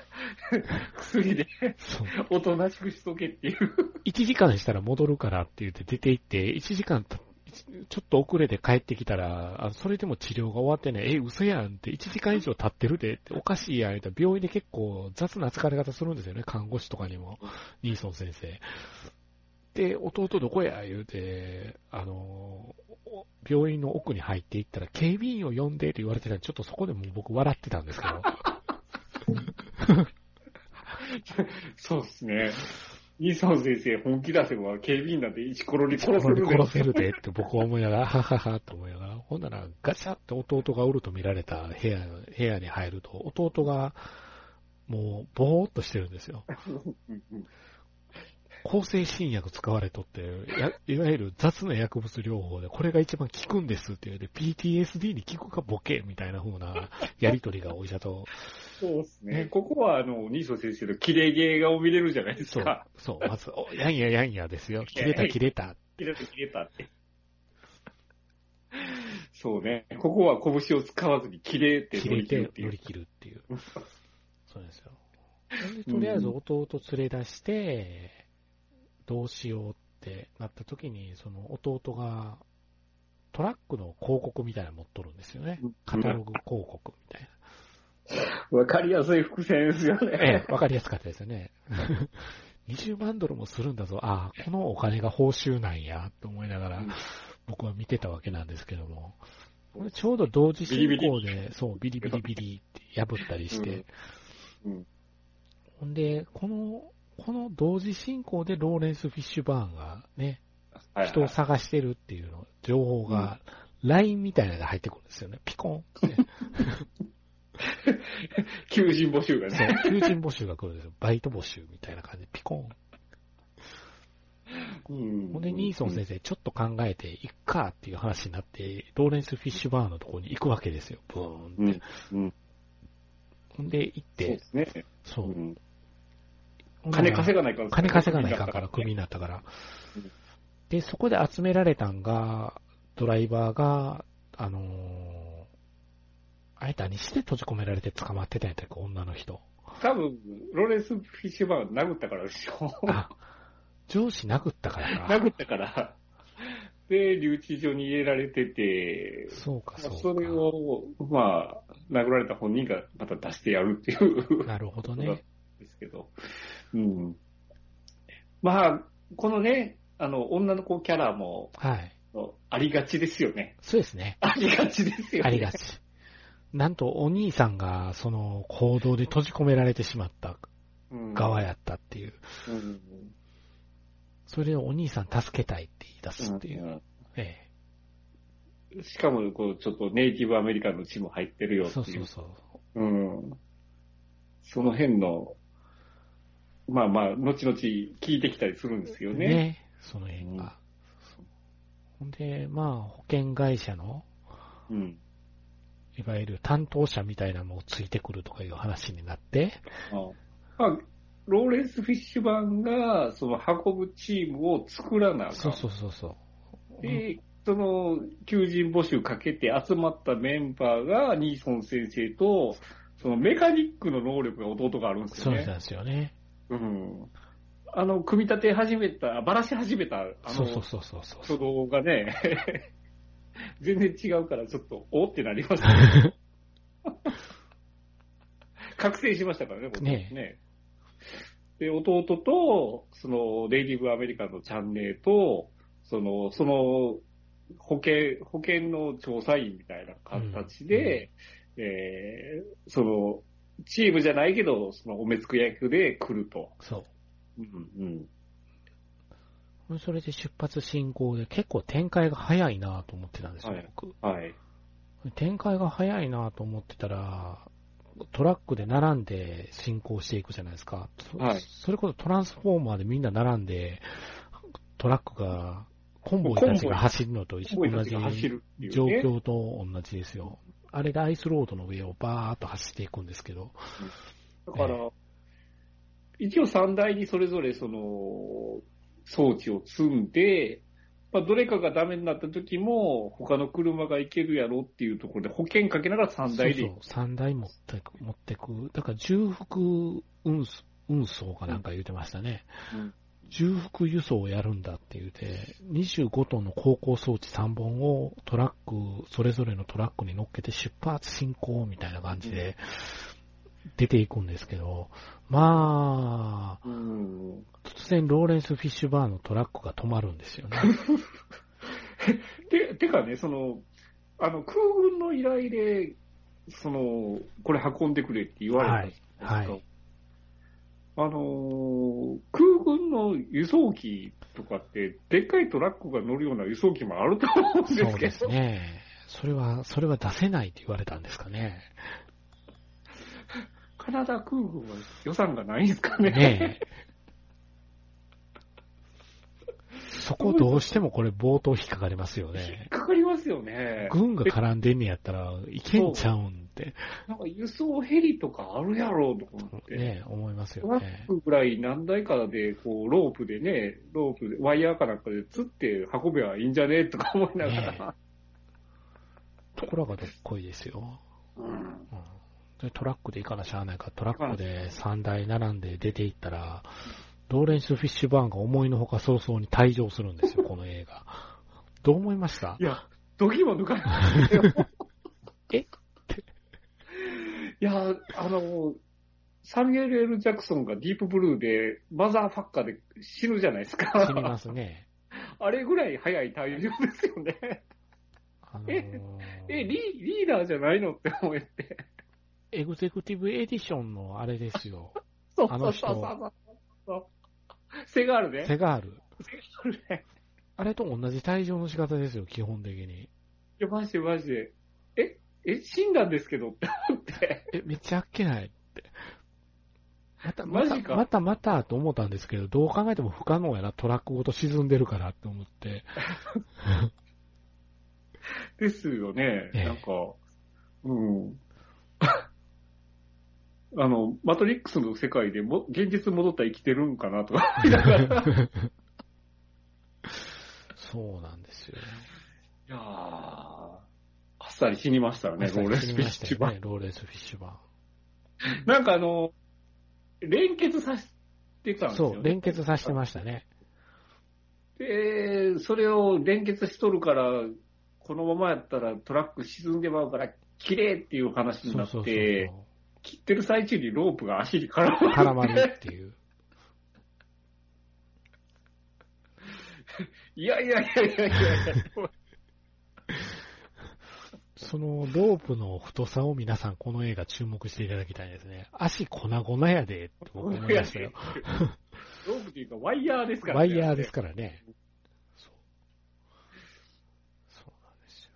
C: 薬で、
B: そう。
C: おとなしくしとけっていう。
B: 1時間したら戻るからって言って出て行って、1時間たちょっと遅れて帰ってきたら、あそれでも治療が終わってね、え、嘘やんって、1時間以上経ってるでって、おかしいやんって、病院で結構雑な疲れ方するんですよね、看護師とかにも、ニーソン先生。で、弟どこや言うて、あの、お病院の奥に入っていったら、警備員を呼んでって言われてたら、ちょっとそこでもう僕笑ってたんですけど。
C: そうですね。ニーソン先生本気出せば警備員なんて一コロに殺せ
B: これ
C: る
B: で殺せるでって僕は思いながら、ははははと思いながら、ほんならガチャって弟がおると見られた部屋、部屋に入ると、弟がもうぼーっとしてるんですよ。
C: うんうん
B: 抗生新薬使われとって、やいわゆる雑な薬物療法で、これが一番効くんですって言うて、PTSD に効くかボケみたいな風なやりとりがお医者と、
C: そうですね。
B: ね
C: ここは、あの、ニーソン先生の綺麗芸がを見れるじゃないです
B: そう
C: か。、
B: そう、まず、おやんややんやですよ。切れた切れた。
C: 切れた切れたって。そうね。ここは拳を使わずに綺麗って
B: 切
C: 乗
B: れ
C: り切る
B: て
C: ってい
B: 乗り
C: う。
B: 切るって いう。そうですよ。でとりあえず弟連れ出して、どうしようってなった時に、その弟がトラックの広告みたいなの持っとるんですよね。カタログ広告み たいな。
C: わかりやすい伏線ですよね
B: え。え、わかりやすかったですよね。20万ドルもするんだぞ。ああ、このお金が報酬なんや、と思いながら
C: うん、
B: 僕は見てたわけなんですけども。ちょうど同時進行で、そう、ビリビリビリって破ったりして。
C: うんうん
B: ほんで、この、この同時進行でローレンス・フィッシュバーンがね、
C: はいはい
B: 人を探してるっていうの、情報が、LINE みたいなのが入ってくるんですよね。ピ コンって。
C: 求人募集が
B: そ
C: ね。
B: う、求人募集が来るんですよ。バイト募集みたいな感じで、ピコン
C: うん
B: ほんで、ニーソン先生、ちょっと考えて、いっかっていう話になって、ローレンス・フィッシュバーンのところに行くわけですよ、ブーンって。
C: うんうん
B: ほんで、行っ
C: そう
B: て
C: で、すね。
B: そうう。
C: ん金稼
B: が
C: がないから。
B: 金稼がないかんから、クビになったから
C: うん。
B: で、そこで集められたんが、ドライバーが、あのーあれ何して閉じ込められて捕まってたんやったっけ、女の人。
C: 多分、ロレンス・フィッシュバーン殴ったからでしょ。
B: あ、上司殴ったからか。
C: 殴ったから。で、留置所に入れられてて、
B: そうか、
C: まあ
B: そ
C: そう
B: か
C: れ。を、まあ、殴られた本人がまた出してやるっていう。
B: なるほど
C: そうなん
B: ね。
C: ですけど。うん。まあ、このね、あの、女の子キャラも、
B: はい。
C: ありがちですよね。
B: そうですね。
C: ありがちですよね。
B: ありがち。なんと、お兄さんが、その、行動で閉じ込められてしまった
C: うん
B: 側。やったっていう。
C: うん。
B: それをお兄さん助けたいって言い出すっていう。え
C: うんしかも、こう、ちょっとネイティブアメリカンの血も入ってる
B: え
C: よってい。
B: そううそうそう。
C: うん。その辺の、まあまあ、後々聞いてきたりするんですよね。
B: その辺が。ほんで、まあ、保険会社の、
C: うん。
B: いわゆる担当者みたいなのもついてくるとかいう話になって、
C: まあ、ローレンス・フィッシュバーンが、その運ぶチームを作らなあか
B: そ
C: ん
B: うそうそうそう。うん
C: で、その、求人募集かけて集まったメンバーが、ニーソン先生と、そのメカニックの能力が弟があるんです
B: そ
C: よ
B: う
C: ね。
B: なんですよね。
C: うん。あの、組み立て始めた、ばらし始めた、あ
B: そ
C: の、
B: うそうそうそうそう。
C: 挙動がね、 全然違うから、ちょっと、おってなりま したね。覚醒しましたからね、僕
B: ねえ
C: ね。で、弟と、その、レイディブ・アメリカンのチャンネルと、その、その、保険、保険の調査員みたいな形で、えーその、チームじゃないけど、その、お目つく役で来ると。
B: そう。
C: うん、
B: それで出発進行で結構展開が早いなと思ってたんですよ、
C: はい
B: 僕。
C: うん。はい。
B: 展開が早いなと思ってたら、トラックで並んで進行していくじゃないですか。そ
C: はい
B: それこそトランスフォーマーでみんな並んで、トラックが、コンボイたちが走るのと一緒
C: こういう
B: 同
C: 形
B: じ
C: が走るっていう、ね。
B: 状況と同じですよ。あれでアイスロードの上をバーっと走っていくんですけど、
C: だから、一応三台にそれぞれその装置を積んで、まあ、どれかがダメになった時も、他の車が行けるやろっていうところで保険かけながら三台で
B: そうそう、3台持ってく、持ってく。だから重複運送運送かなんか言うてましたね。
C: うん
B: 重複輸送をやるんだって言うて、25トンの航行装置3本をトラック、それぞれのトラックに乗っけて出発進行みたいな感じで出ていくんですけど、まあ、
C: うん
B: 突然ローレンス・フィッシュバーのトラックが止まるんですよね。
C: ててかね、その、あの空軍の依頼で、その、これ運んでくれって言われたんですけど
B: はいはい
C: あのー空軍の輸送機とかって、でっかいトラックが乗るような輸送機もあると思うん ですけど、
B: そうですね。それは、それは出せないって言われたんですかね。
C: カナダ空軍は予算がないんですかね。
B: ねえ。そこどうしてもこれ冒頭引っかかりますよ
C: 引っ
B: ね。
C: かかりますよね。
B: 軍が絡んでんねやったらいけんちゃうんって、
C: なんか輸送ヘリとかあるやろうとか思って。
B: ねえ、思います
C: ト
B: よ
C: ラッ
B: ね。
C: クぐらい何台かで、こう、ロープでね、ロープで、ワイヤーかなんかで釣って運べばいいんじゃねとか思いながら。
B: ところがどっこいですよ。
C: うん
B: うんでトラックで行かなしゃあないから、トラックで3台並んで出て行ったら、ローレンス・フィッシュバーンが思いのほか早々に退場するんですよ、この映画。どう思いました
C: いや、ドギも抜かないですよ。
B: え
C: いや、あの、サミュエル・ L ・ジャクソンがディープブルーで、マザーファッカーで死ぬじゃないですか。
B: 死にますね。
C: あれぐらい早い退場ですよね。
B: あのー
C: ええ、リリーダーじゃないのって思えて。
B: エグゼクティブエディションのあれですよ。
C: そう
B: あ
C: そ
B: の
C: う
B: 人
C: そうそうそう。セガールね。
B: セガール。
C: ガールね。
B: あれと同じ退場の仕方ですよ、基本的に。
C: い や、マジでマジで。え、え、死んだんですけどって思って。
B: え、めっちゃあっけないって。また、ま
C: マ
B: た、
C: ジか
B: また、また、と思ったんですけど、どう考えても不可能やな、トラックごと沈んでるからって思って。
C: ですよね。
B: ええ
C: なんか、うん。 あの、マトリックスの世界でも、現実戻ったら生きてるんかなとか 思いながら。
B: そうなんですよ。
C: いやー、あっさり死にましたよね、ローレスフィッシュバン。
B: ローレスフィッシュ版。
C: なんかあの、連結させてたんですよ、ね。
B: そう、連結させてましたね。
C: で、それを連結しとるから、このままやったらトラック沈んでまうから、綺麗っていう話に
B: そ
C: な
B: う
C: って、
B: そうそうそう。
C: 切ってる最中にロープが足に絡ま
B: 絡ま
C: っ
B: る
C: て、
B: っていう。
C: いやいやいやいやいやいや、
B: そのロープの太さを皆さんこの映画注目していただきたいですね。足粉々やでって僕思いましたよ。
C: ロープというかワイヤーですから
B: ワイヤーですからね。そう。そうなんですよ。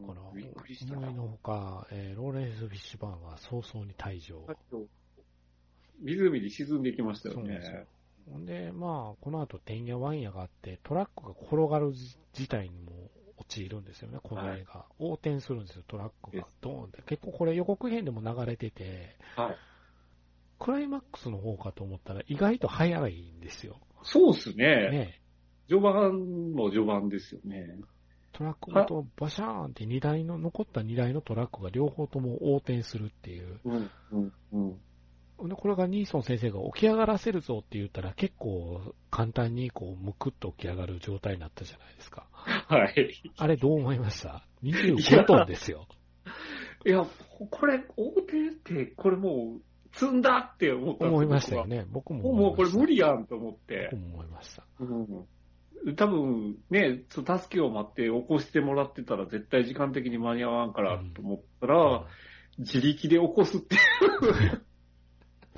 B: だから、
C: びっくりした
B: 思いのほか、えーローレンス・フィッシュバーンは早々に退場。
C: 湖に沈んでいきました
B: そ
C: よ
B: うなんですよ
C: ね。。
B: ほんで、まあ、この後、てんやわんやがあって、トラックが転がる事態にも陥るんですよね、この映画。横転するんですよ、トラック
C: で
B: が
C: す。
B: ドーンって。結構これ予告編でも流れてて、
C: はい。
B: クライマックスの方かと思ったら意外と早いんですよ。
C: そうっすね。
B: ね。
C: 序盤も序盤ですよね。
B: トラックごとバシャーンって荷台の、残った荷台のトラックが両方とも横転するっていう。
C: うん、うん、うん。
B: ほんで、これがニーソン先生が起き上がらせるぞって言ったら結構簡単にこう、むくっと起き上がる状態になったじゃないですか。
C: はい。
B: あれどう思いました ?25 トンですよ。
C: いや、これ、横転って、これもう、積んだって思ったんです
B: 思いましたよ。ね。僕も
C: 僕はもうこれ無
B: 理
C: 理やんと思って
B: 僕。も思いました。
C: うん。多分、ね、ちょっと助けを待って起こしてもらってたら絶対時間的に間に合わんからと思ったら、自力で起こすっていう。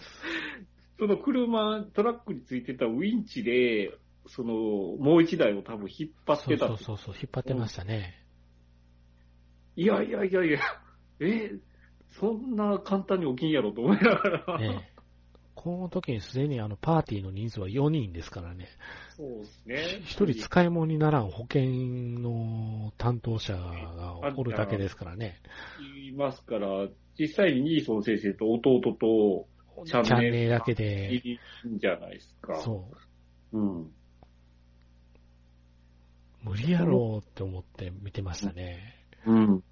C: その車、トラックについてたウィンチで、その、もう一台を多分引っ張っ
B: そ
C: て
B: う
C: た
B: そうそうそう、引っ張ってましたね。
C: いやいやいやいや、え、そんな簡単に起きんやろと思いながら。
B: ねえこの時にすでにあのパーティーの人数は4人ですからね。
C: そうですね。
B: 一人使い物にならん保険の担当者がおるだけですからね。
C: いますから、実際にニーソン先生と弟と、
B: チャンネルだけで。
C: いいんじゃないですか。
B: そう。
C: う。ん。
B: 無理やろうって思って見てましたね。
C: うん。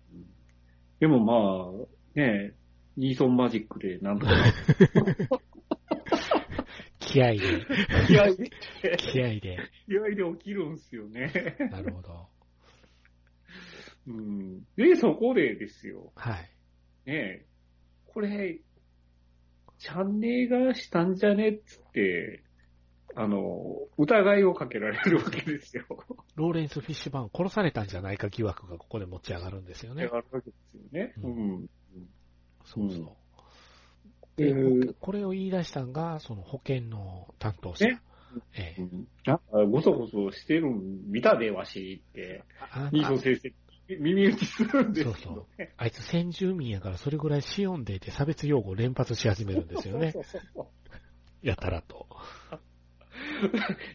C: でもまあ、ねえ、ニーソンマジックで なんとか、
B: 気合で、
C: 気合で、
B: 気合で。
C: 気合で起きるんすよね。
B: なるほど。
C: うん。で、そこでですよ。
B: はい。
C: ねえ、これ、チャンネルがしたんじゃねっつって、あの、疑いをかけられるわけですよ。
B: ローレンス・フィッシュバーン殺されたんじゃないか疑惑がここで持ち上がるんですよ ね。
C: あるわけですよね。
B: う
C: うん。
B: そうそう。
C: うん
B: で
C: えー
B: ほこれを言い出したのが、その保険の担当者。
C: ね
B: ええ
C: なんか、ごそごそしてるん見たで、わしって。
B: あ
C: ニーソン先生、耳打ちするんですけどね。
B: ああいつ先住民やからそれぐらいシオンでいて差別用語を連発し始めるんです よね。
C: そうそうそう
B: やたらと。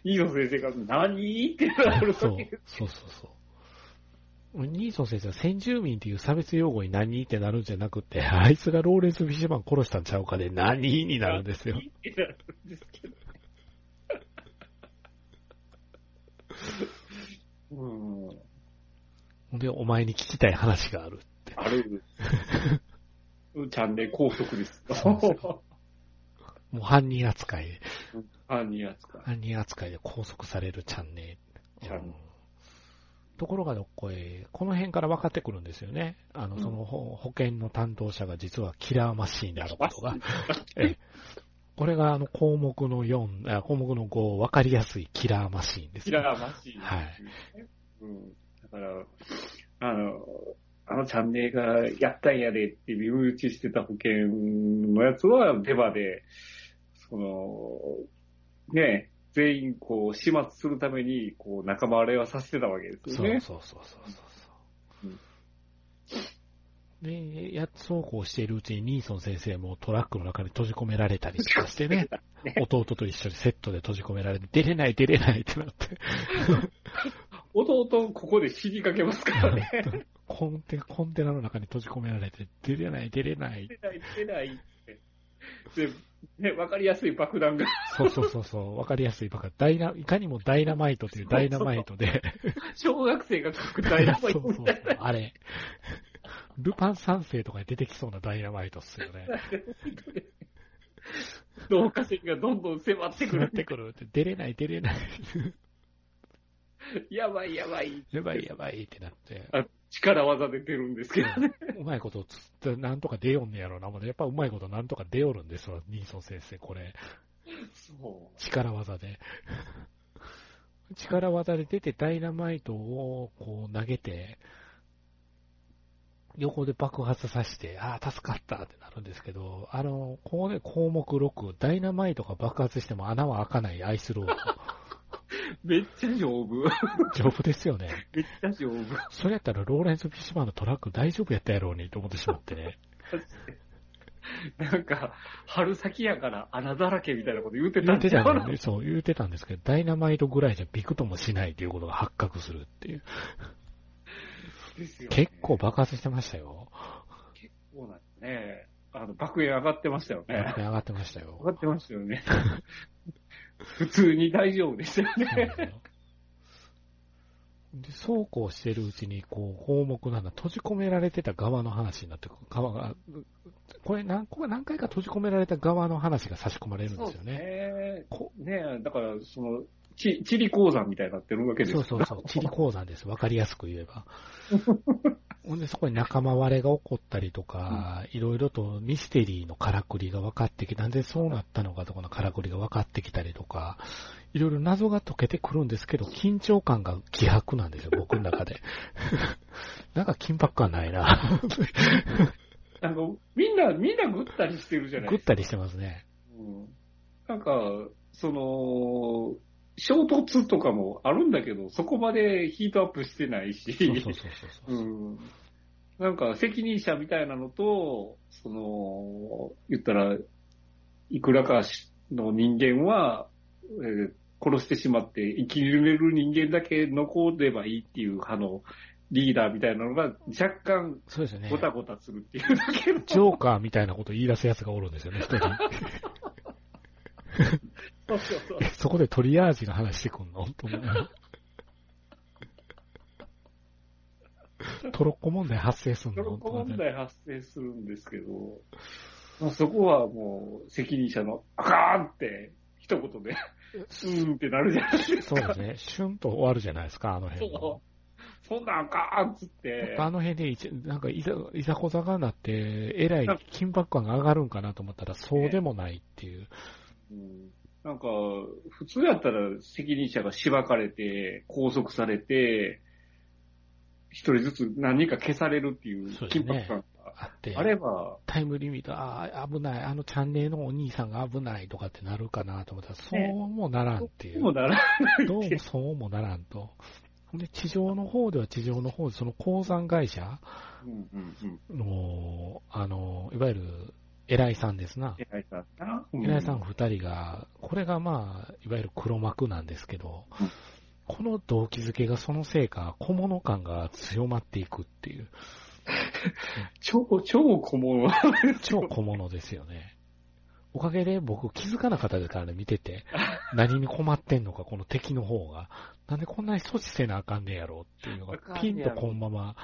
C: ニーソン先生が、何ってなるわ
B: そう
C: け。
B: そうそうそう。ニーソン先生は先住民っていう差別用語に何ってなるんじゃなくて、あいつがローレンス・フィッシュマン殺したんちゃうかで何になるんですよ。
C: ってなるんですけど。うん。
B: ほんで、お前に聞きたい話があるって。
C: ある。 チャンネル高速です。
B: そうですよもう犯人扱い、
C: 犯人扱い。
B: 犯人扱いで拘束されるチャンネル。
C: チャンネ
B: うん
C: ル
B: ところがどっこい、この辺から分かってくるんですよね。あの、
C: うん
B: その保保険の担当者が実はキラーマシーンであることが。ええこれがあの項目の4、あ項目の5、分かりやすいキラーマシーンです
C: キ
B: ね、
C: ラーマシーンですね。うん。だから、あの、あのチャンネルがやったんやでって身打ちしてた保険のやつはデバで、その、ね、全員こう始末するために、こう仲間割れはさせてたわけですよ
B: そう
C: ね。
B: そうそうそうそう。うで、やっそうこうしているうちにニーソン先生もトラックの中に閉じ込められたりとかしてね、弟と一緒にセットで閉じ込められて、出れない出れないってなって、
C: 弟、ここで死にかけますからね。
B: コンテ、コンテナの中に閉じ込められて、出れない出れない。
C: 出ない、出ないって。で、ね、わかりやすい爆弾が、
B: そうそうそうそう、わかりやすいばかり。ダイナ、いかにもダイナマイトというダイナマイトで。
C: 小学生が拡大な
B: そうそうそう、あれ。ルパン三世とかに出てきそうなダイナマイトっすよね。
C: 導火線がどんどん迫ってく
B: 作っ
C: る。
B: てくるって、出れない出れない。
C: やばいやばい。
B: やばいやばいってなって。
C: 力技で出るんですけどね。
B: うまいことつって、なんとか出よんねやろな。まだやっぱうまいことなんとか出よるんですわ、ニーソン先生、これ。
C: そう。
B: 力技で。力技で出てダイナマイトをこう投げて、横で爆発させて、ああ、助かったってなるんですけど、あの、ここで項目6、ダイナマイトが爆発しても穴は開かないアイスロード。
C: めっちゃ丈夫。
B: 丈夫ですよね。
C: めっちゃ丈夫。
B: それやったらローレンス・フィッシュマンのトラック大丈夫やったやろうにと思ってしまってね。
C: なんか、春先やから穴だらけみたいなこと言うてた
B: 言
C: ん
B: って
C: ちゃ
B: た
C: う
B: のね、そう、言ってたんですけど、ダイナマイトぐらいじゃビクともしないということが発覚するっていう。
C: ですよね
B: 結構爆発してましたよ。
C: そうなんですね。あの、爆炎上がってましたよね。
B: 上がってましたよ。
C: 上がってましたよね。普通に大丈夫でしたよね。
B: で、そうこうしてるうちに、こう、項目7、閉じ込められてた側の話になってくる。側が、これ何個か何回か閉じ込められた側の話が差し込まれるんですよね。
C: ね。
B: こ
C: ねえ、だから、その、ち、地理鉱山みたいになってるわけです
B: そ
C: よ
B: うそうそう、地理鉱山です。わかりやすく言えば。ほんで、そこに仲間割れが起こったりとか、いろいろとミステリーのからくりが分かってきた、なんでそうなったのかとかのからくりが分かってきたりとか、いろいろ謎が解けてくるんですけど、緊張感が希薄なんですよ、僕の中で。 なんか緊迫感ないな。
C: あの、みんな、みんなぐったりしてるじゃない
B: ぐっ
C: ですか。
B: たりしてますね。
C: うんなんか、その、衝突とかもあるんだけど、そこまでヒートアップしてないし、
B: そうそうそうそうう。
C: んなんか責任者みたいなのと、その、言ったら、いくらかしの人間は、えー殺してしまって生きれる人間だけ残ればいいっていう派のリーダーみたいなのが若干
B: そうですよね。
C: ごたごたするっていうだけの、
B: ジョーカーみたいなこと言い出すやつがおるんですよね、一人。
C: そうそうそう
B: えそこでトリアージの話してくん のと思うトロッコ問題発生すん
C: ト
B: の
C: ロッコ問
B: と思って
C: 題発生するんですけど、まあ、そこはもう責任者のあかーんって一 言で、うんってなるじゃないです
B: そうで
C: か。
B: すね。シュンと終わるじゃないですか、あの辺も
C: そうそんなんあかーんっつって、
B: あの辺でいち、なんかいざ、いざこざがなって、えらい緊迫感が上がるんかなと思ったら、そうでもないっていう。
C: うんなんか、普通やったら責任者がしばかれて、拘束されて、一人ずつ何人か消されるっていう
B: そうです
C: 緊
B: ね
C: 迫感が
B: あって、
C: あれば、
B: タイムリミット、ああ、危ない、あのチャンネルのお兄さんが危ないとかってなるかなと思ったら、そうもならんっていう。
C: もうなら
B: どうもそうもならんと。で、地上の方では地上の方で、その鉱山会社
C: うんうんうん。
B: の、あの、いわゆる偉いさんですな。
C: 偉いさんだな。
B: 偉いさん二人が、これがまあ、いわゆる黒幕なんですけど
C: うん、
B: この動機づけがそのせいか、小物感が強まっていくっていう、
C: 超、超小物。
B: 超小物ですよね。おかげで僕気づかなかったですからね、見てて。何に困ってんのか、この敵の方が。なんでこんなに阻止せなあかんねやろっていうのが
C: あかんねや、ろ
B: ピンとこのまま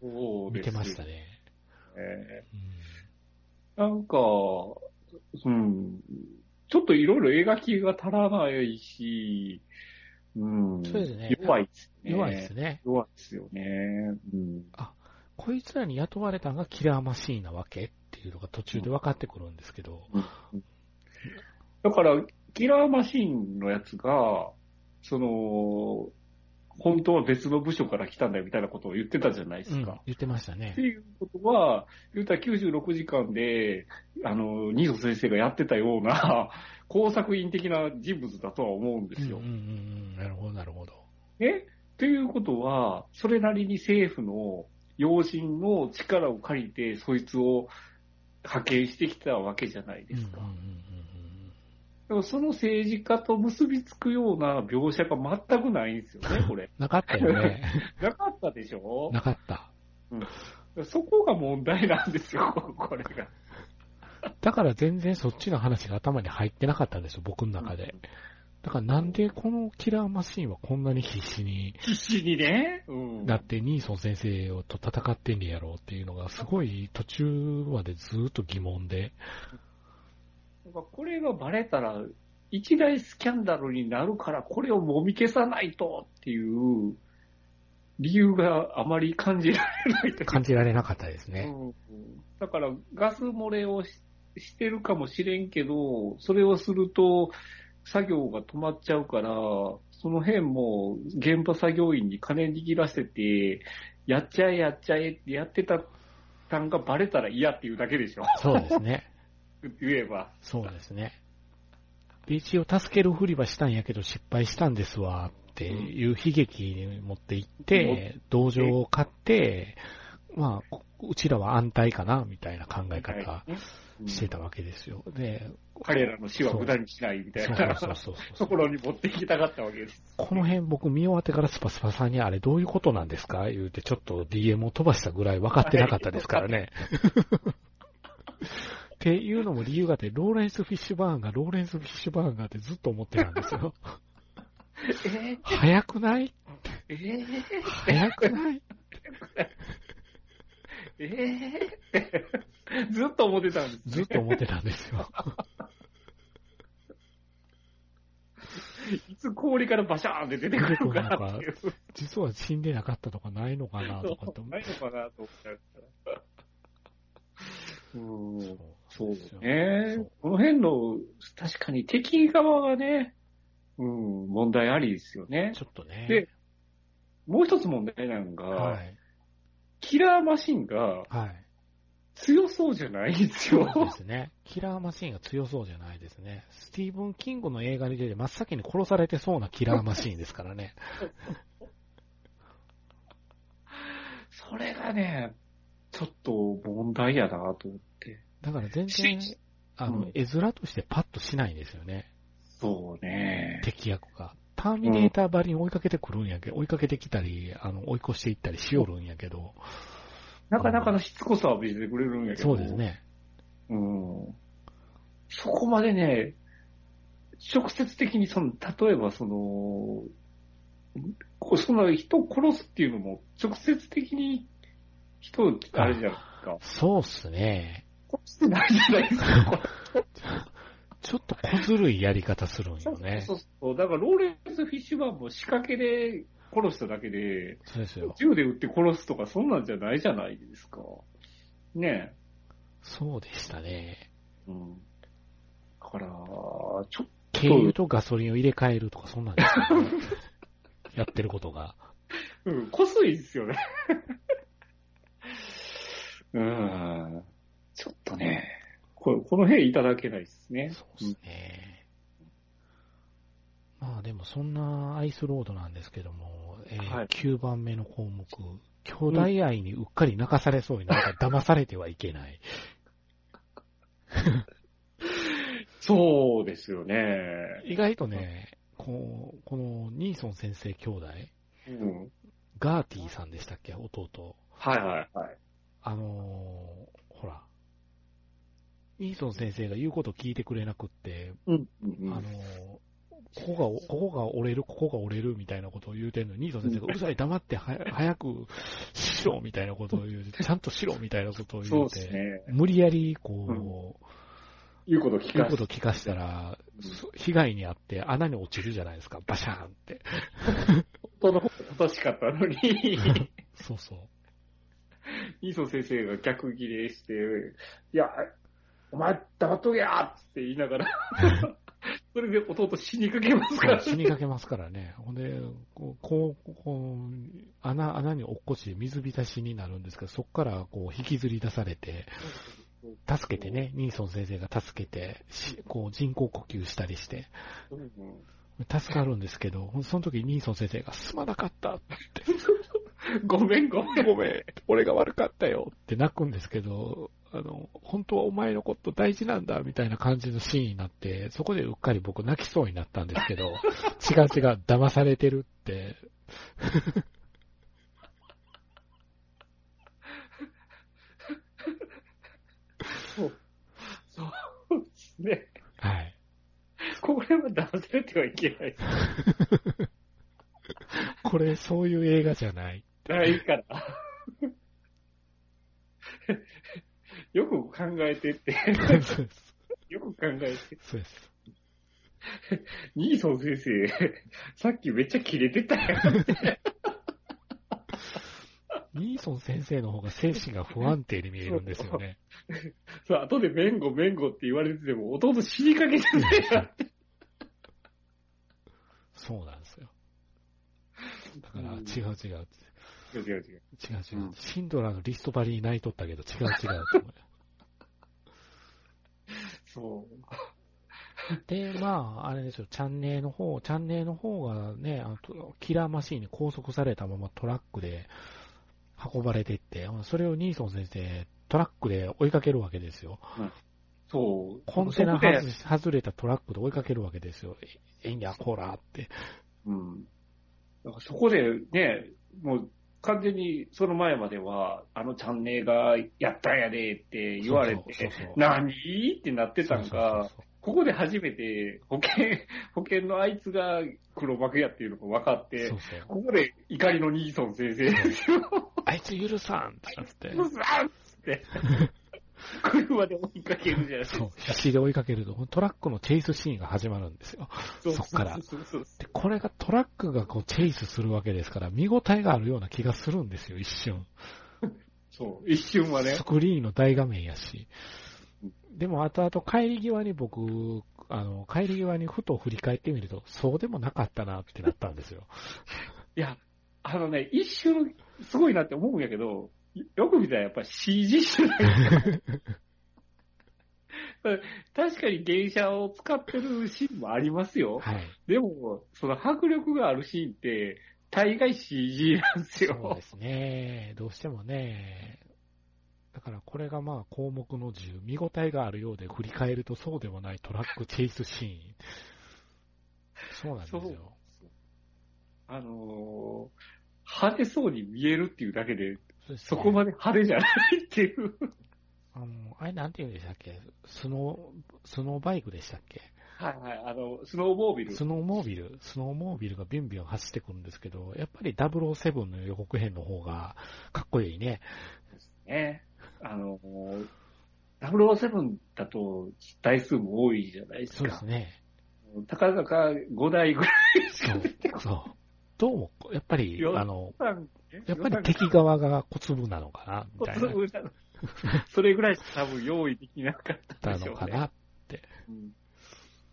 C: そう
B: 見
C: で
B: て
C: す
B: ました
C: ね。
B: ね。
C: なんか、うん、ちょっといろいろ描きが足らないし、うん、
B: そうですね
C: 弱いですね。
B: 弱いですね。
C: 弱いですよね。うん。
B: こいつらに雇われたのがキラーマシーンなわけっていうのが途中で分かってくるんですけど、
C: だから、キラーマシンのやつが、その、本当は別の部署から来たんだよみたいなことを言ってたじゃないで
B: う
C: す
B: ん
C: か。
B: 言ってましたね
C: って。いうことは、言うたら96時間で、あの、ニーソ先生がやってたような、工作員的な人物だとは思うんで
B: うんう
C: す
B: んう
C: よ。
B: んうん、なるほど、なるほど。
C: えということは、それなりに政府の要人の力を借りて、そいつを派遣してきたわけじゃないですか。
B: うんうん
C: でもその政治家と結びつくような描写が全くないんですよ ね、これ。
B: なかったよ ね。
C: なかったでしょ
B: なかった。
C: そこが問題なんですよ、これが。
B: だから全然そっちの話が頭に入ってなかったんですよ、僕の中で。だからなんでこのキラーマシンはこんなに必死に
C: 必死にね。うん。
B: なってニーソン先生をと戦ってんねやろうっていうのがすごい途中までずーっと疑問で。
C: なんかこれがバレたら、一大スキャンダルになるから、これをもみ消さないとっていう理由があまり感じられないというか
B: 感じられなかったですね。
C: うんだから、ガス漏れをししてるかもしれんけど、それをすると、作業が止まっちゃうから、その辺も現場作業員に金握らせて、やっちゃえ、やっちゃえってやってた単がバレたら嫌っていうだけでしょ、
B: そうですね。
C: 言えば。
B: そうですね。ビーチを助けるふりはしたんやけど失敗したんですわっていう悲劇に持っていって、同情を買って、まあ、こうちらは安泰かなみたいな考え方
C: はいうん
B: してたわけですよ。で、
C: 彼らの死は無駄にしないみたい
B: そう
C: な
B: そうそうそ
C: と
B: う
C: ころに持ってきたかったわけです。
B: この辺僕見終わってからスパスパさんにあれどういうことなんですか言うてちょっと DM を飛ばしたぐらい分かってなかったですからね。っていうのも理由があって、ローレンス・フィッシュバーンが、ローレンス・フィッシュバーンがってずっと思ってたんです よ。
C: え
B: 早くない
C: ええ
B: 早くない
C: ええー ずっと思ってたんです。
B: ずっと思ってたんですよ。
C: いつ氷からバシャーンって出てくるのかなっていう。
B: 実は死んでなかったとかないのかなとかって思
C: ないのかなと思っちゃうから。うん。そう
B: う
C: ですね
B: そう。
C: この辺の、確かに敵側がね、うん、問題ありですよね。
B: ちょっとね
C: で。もう一つ問題なのが、
B: はい。
C: キラーマシンが
B: はい。
C: 強そうじゃないんですよ。
B: そうですね。キラーマシンが強そうじゃないですね。スティーブン・キングの映画に出て真っ先に殺されてそうなキラーマシンですからね。
C: それがね、ちょっと問題やなと思って。
B: だから全然、あ
C: う
B: の
C: ん、
B: 絵面としてパッとしないんですよね。
C: そうね。
B: 敵役が。ターミネーターばりに追いかけてくるんやけど、追いかけてきたり、あの、追い越していったりしよるんやけど、
C: なかなかのしつこさは見せてくれるんやけど。
B: そうです。ね。
C: うん。そこまでね、直接的にその、例えばその、こその人を殺すっていうのも、直接的に人を、あれじゃないですか。
B: そうっすね。
C: 殺してないじゃないですか。これ
B: ちょっと小ずるいやり方するん
C: そ
B: よ
C: う
B: ね。
C: そうそう。だから、ローレンス・フィッシュバーンも仕掛けで殺しただけで、
B: そうですよ。
C: 銃で撃って殺すとか、そんなんじゃないじゃないですか。ね
B: そうでしたね。
C: え。うん。だから、ちょっ
B: 軽油とガソリンを入れ替えるとか、そんなんですよ、ね。 やってることが。
C: うん、こすいですよね。 うん。ちょっとね、ここの辺いただけないですね。
B: そうですね。まあでもそんなアイスロードなんですけども、えー
C: はい
B: 9番目の項目、兄弟愛にうっかり泣かされそうになん か騙されてはいけない。
C: そうですよね。
B: 意外とね、こうこのニーソン先生兄弟、
C: うん。
B: ガーティさんでしたっけ、弟。
C: はいはいはい。
B: あのーほら、ニーソン先生が言うこと聞いてくれなくって、
C: うん。
B: あの、ここが、ここが折れる、ここが折れるみたいなことを言うてんのに、ニート先生が、うるさい、黙って、は、早くしろみたいなことを言う て、ちゃんとしろみたいなことを
C: そ
B: 言
C: う
B: う
C: で
B: て、
C: すね。
B: 無理やり、こ
C: 言うこと
B: う、
C: 聞
B: 言う
C: かせ
B: こ
C: て
B: と聞かしたら、そ被害に遭って穴に落ちるじゃないですか、バシャーンっ て。
C: 本当の方が正しかったのに、
B: そうそう。
C: イーソン先生が逆ギレして、いや、お前黙っとけやって言いながら、それで弟死にかけますからね
B: 死にかけますからね。ほんで、こう、こう、こう穴、穴に落っこちて水浸しになるんですけど、そこからこう引きずり出されて、助けてね、ニーソン先生が助けて、しこう人工呼吸したりして、
C: うん
B: 助かるんですけど、その時ニーソン先生が、すまなかった
C: ごめんごめん。
B: ごめん俺が悪かったよって泣くんですけど、あの、本当はお前のこと大事なんだみたいな感じのシーンになって、そこでうっかり僕泣きそうになったんですけど、違う違う、騙されてるって、
C: そう。ですね。
B: はい。
C: これは忘れてはいけない。
B: これ、そういう映画じゃない。
C: ないから。よく考えてって。
B: そうです。
C: よく考えて。
B: そうです。
C: ニーソン先生、さっきめっちゃキレてたよ。
B: ニーソン先生の方が精神が不安定に見えるんですよね。
C: そう、後で弁護弁護って言われてても、弟死にかけてねえなって。
B: そうなんですよ。だから、
C: うん
B: 違う違う。
C: 違う違う
B: 違
C: 違う。
B: う違う。
C: うん
B: シンドラーのリストバリーに泣いとったけど、違う違うって思う。
C: そう。
B: で、まあ、あれですよ、チャンネルの方、チャンネルの方がね、あとキラーマシーンに拘束されたままトラックで運ばれてって、それをニーソン先生、トラックで追いかけるわけですよ。
C: そう。
B: コンテナ
C: そこで
B: 外し外れたトラックで追いかけるわけですよ。ええんや、こらって。
C: うん。だからそこでね、もう完全にその前までは、あのチャンネルがやったんやでって言われ
B: そう
C: て
B: そうそう、
C: 何ってなってたん
B: そうそう
C: が
B: そう、そう
C: ここで初めて保険、 保険のあいつが黒幕やっていうのが分かって
B: そう、そう
C: ここで怒りのニーソン先生ですよ。
B: あいつ許さんってなって。
C: うわっ つって、車で追いかけるじゃないです
B: そう
C: か。、
B: 必死で追いかけると、トラックのチェイスシーンが始まるんですよ。
C: そう
B: そっから
C: そうそうそ
B: で、これがトラックがこうチェイスするわけですから、見応えがあるような気がするんですよ、一瞬。
C: うそう一瞬はね
B: ス。クリーンの大画面やし
C: う。
B: でも、後々帰り際に僕、あの、帰り際にふと振り返ってみると、そうでもなかったなってなったんですよ。
C: いや、あのね、一瞬、すごいなって思うんやけど、よく見たらやっぱ CG じゃない ですか。確かに芸者を使ってるシーンもありますよ。
B: はい。
C: でも、その迫力があるシーンって、大概 CG なんです
B: そう
C: よ
B: で。すね。どうしてもね。だからこれがまあ項目の10、見応えがあるようで振り返るとそうでもないトラックチェイスシーン。そうなんです
C: そう
B: よ。
C: あのー派手そうに見えるっていうだけで、
B: そうです
C: そ
B: ね
C: こまで派手じゃないって いう。
B: あの、あれなんて言うんでしたっけスノー、スノーバイクでしたっけ
C: はいはい、あの、スノーモービル。
B: スノーモービル、スノーモービルがビュンビュン走ってくるんですけど、やっぱり007の予告編の方がかっこいいね。
C: ね。あの、007だと台数も多いじゃないです
B: そうで
C: か
B: す。 ね。
C: たかだか5台ぐらいし
B: そ
C: か
B: う
C: 出てこ。
B: そう。どうも、やっぱり、
C: よ
B: あの、
C: ない。
B: やっぱり敵側が小粒なのかな、みたいな。
C: そうそう それぐらいしか多分用意できなかった
B: だっ
C: でした
B: の
C: ょう
B: か
C: ね。
B: な。
C: うん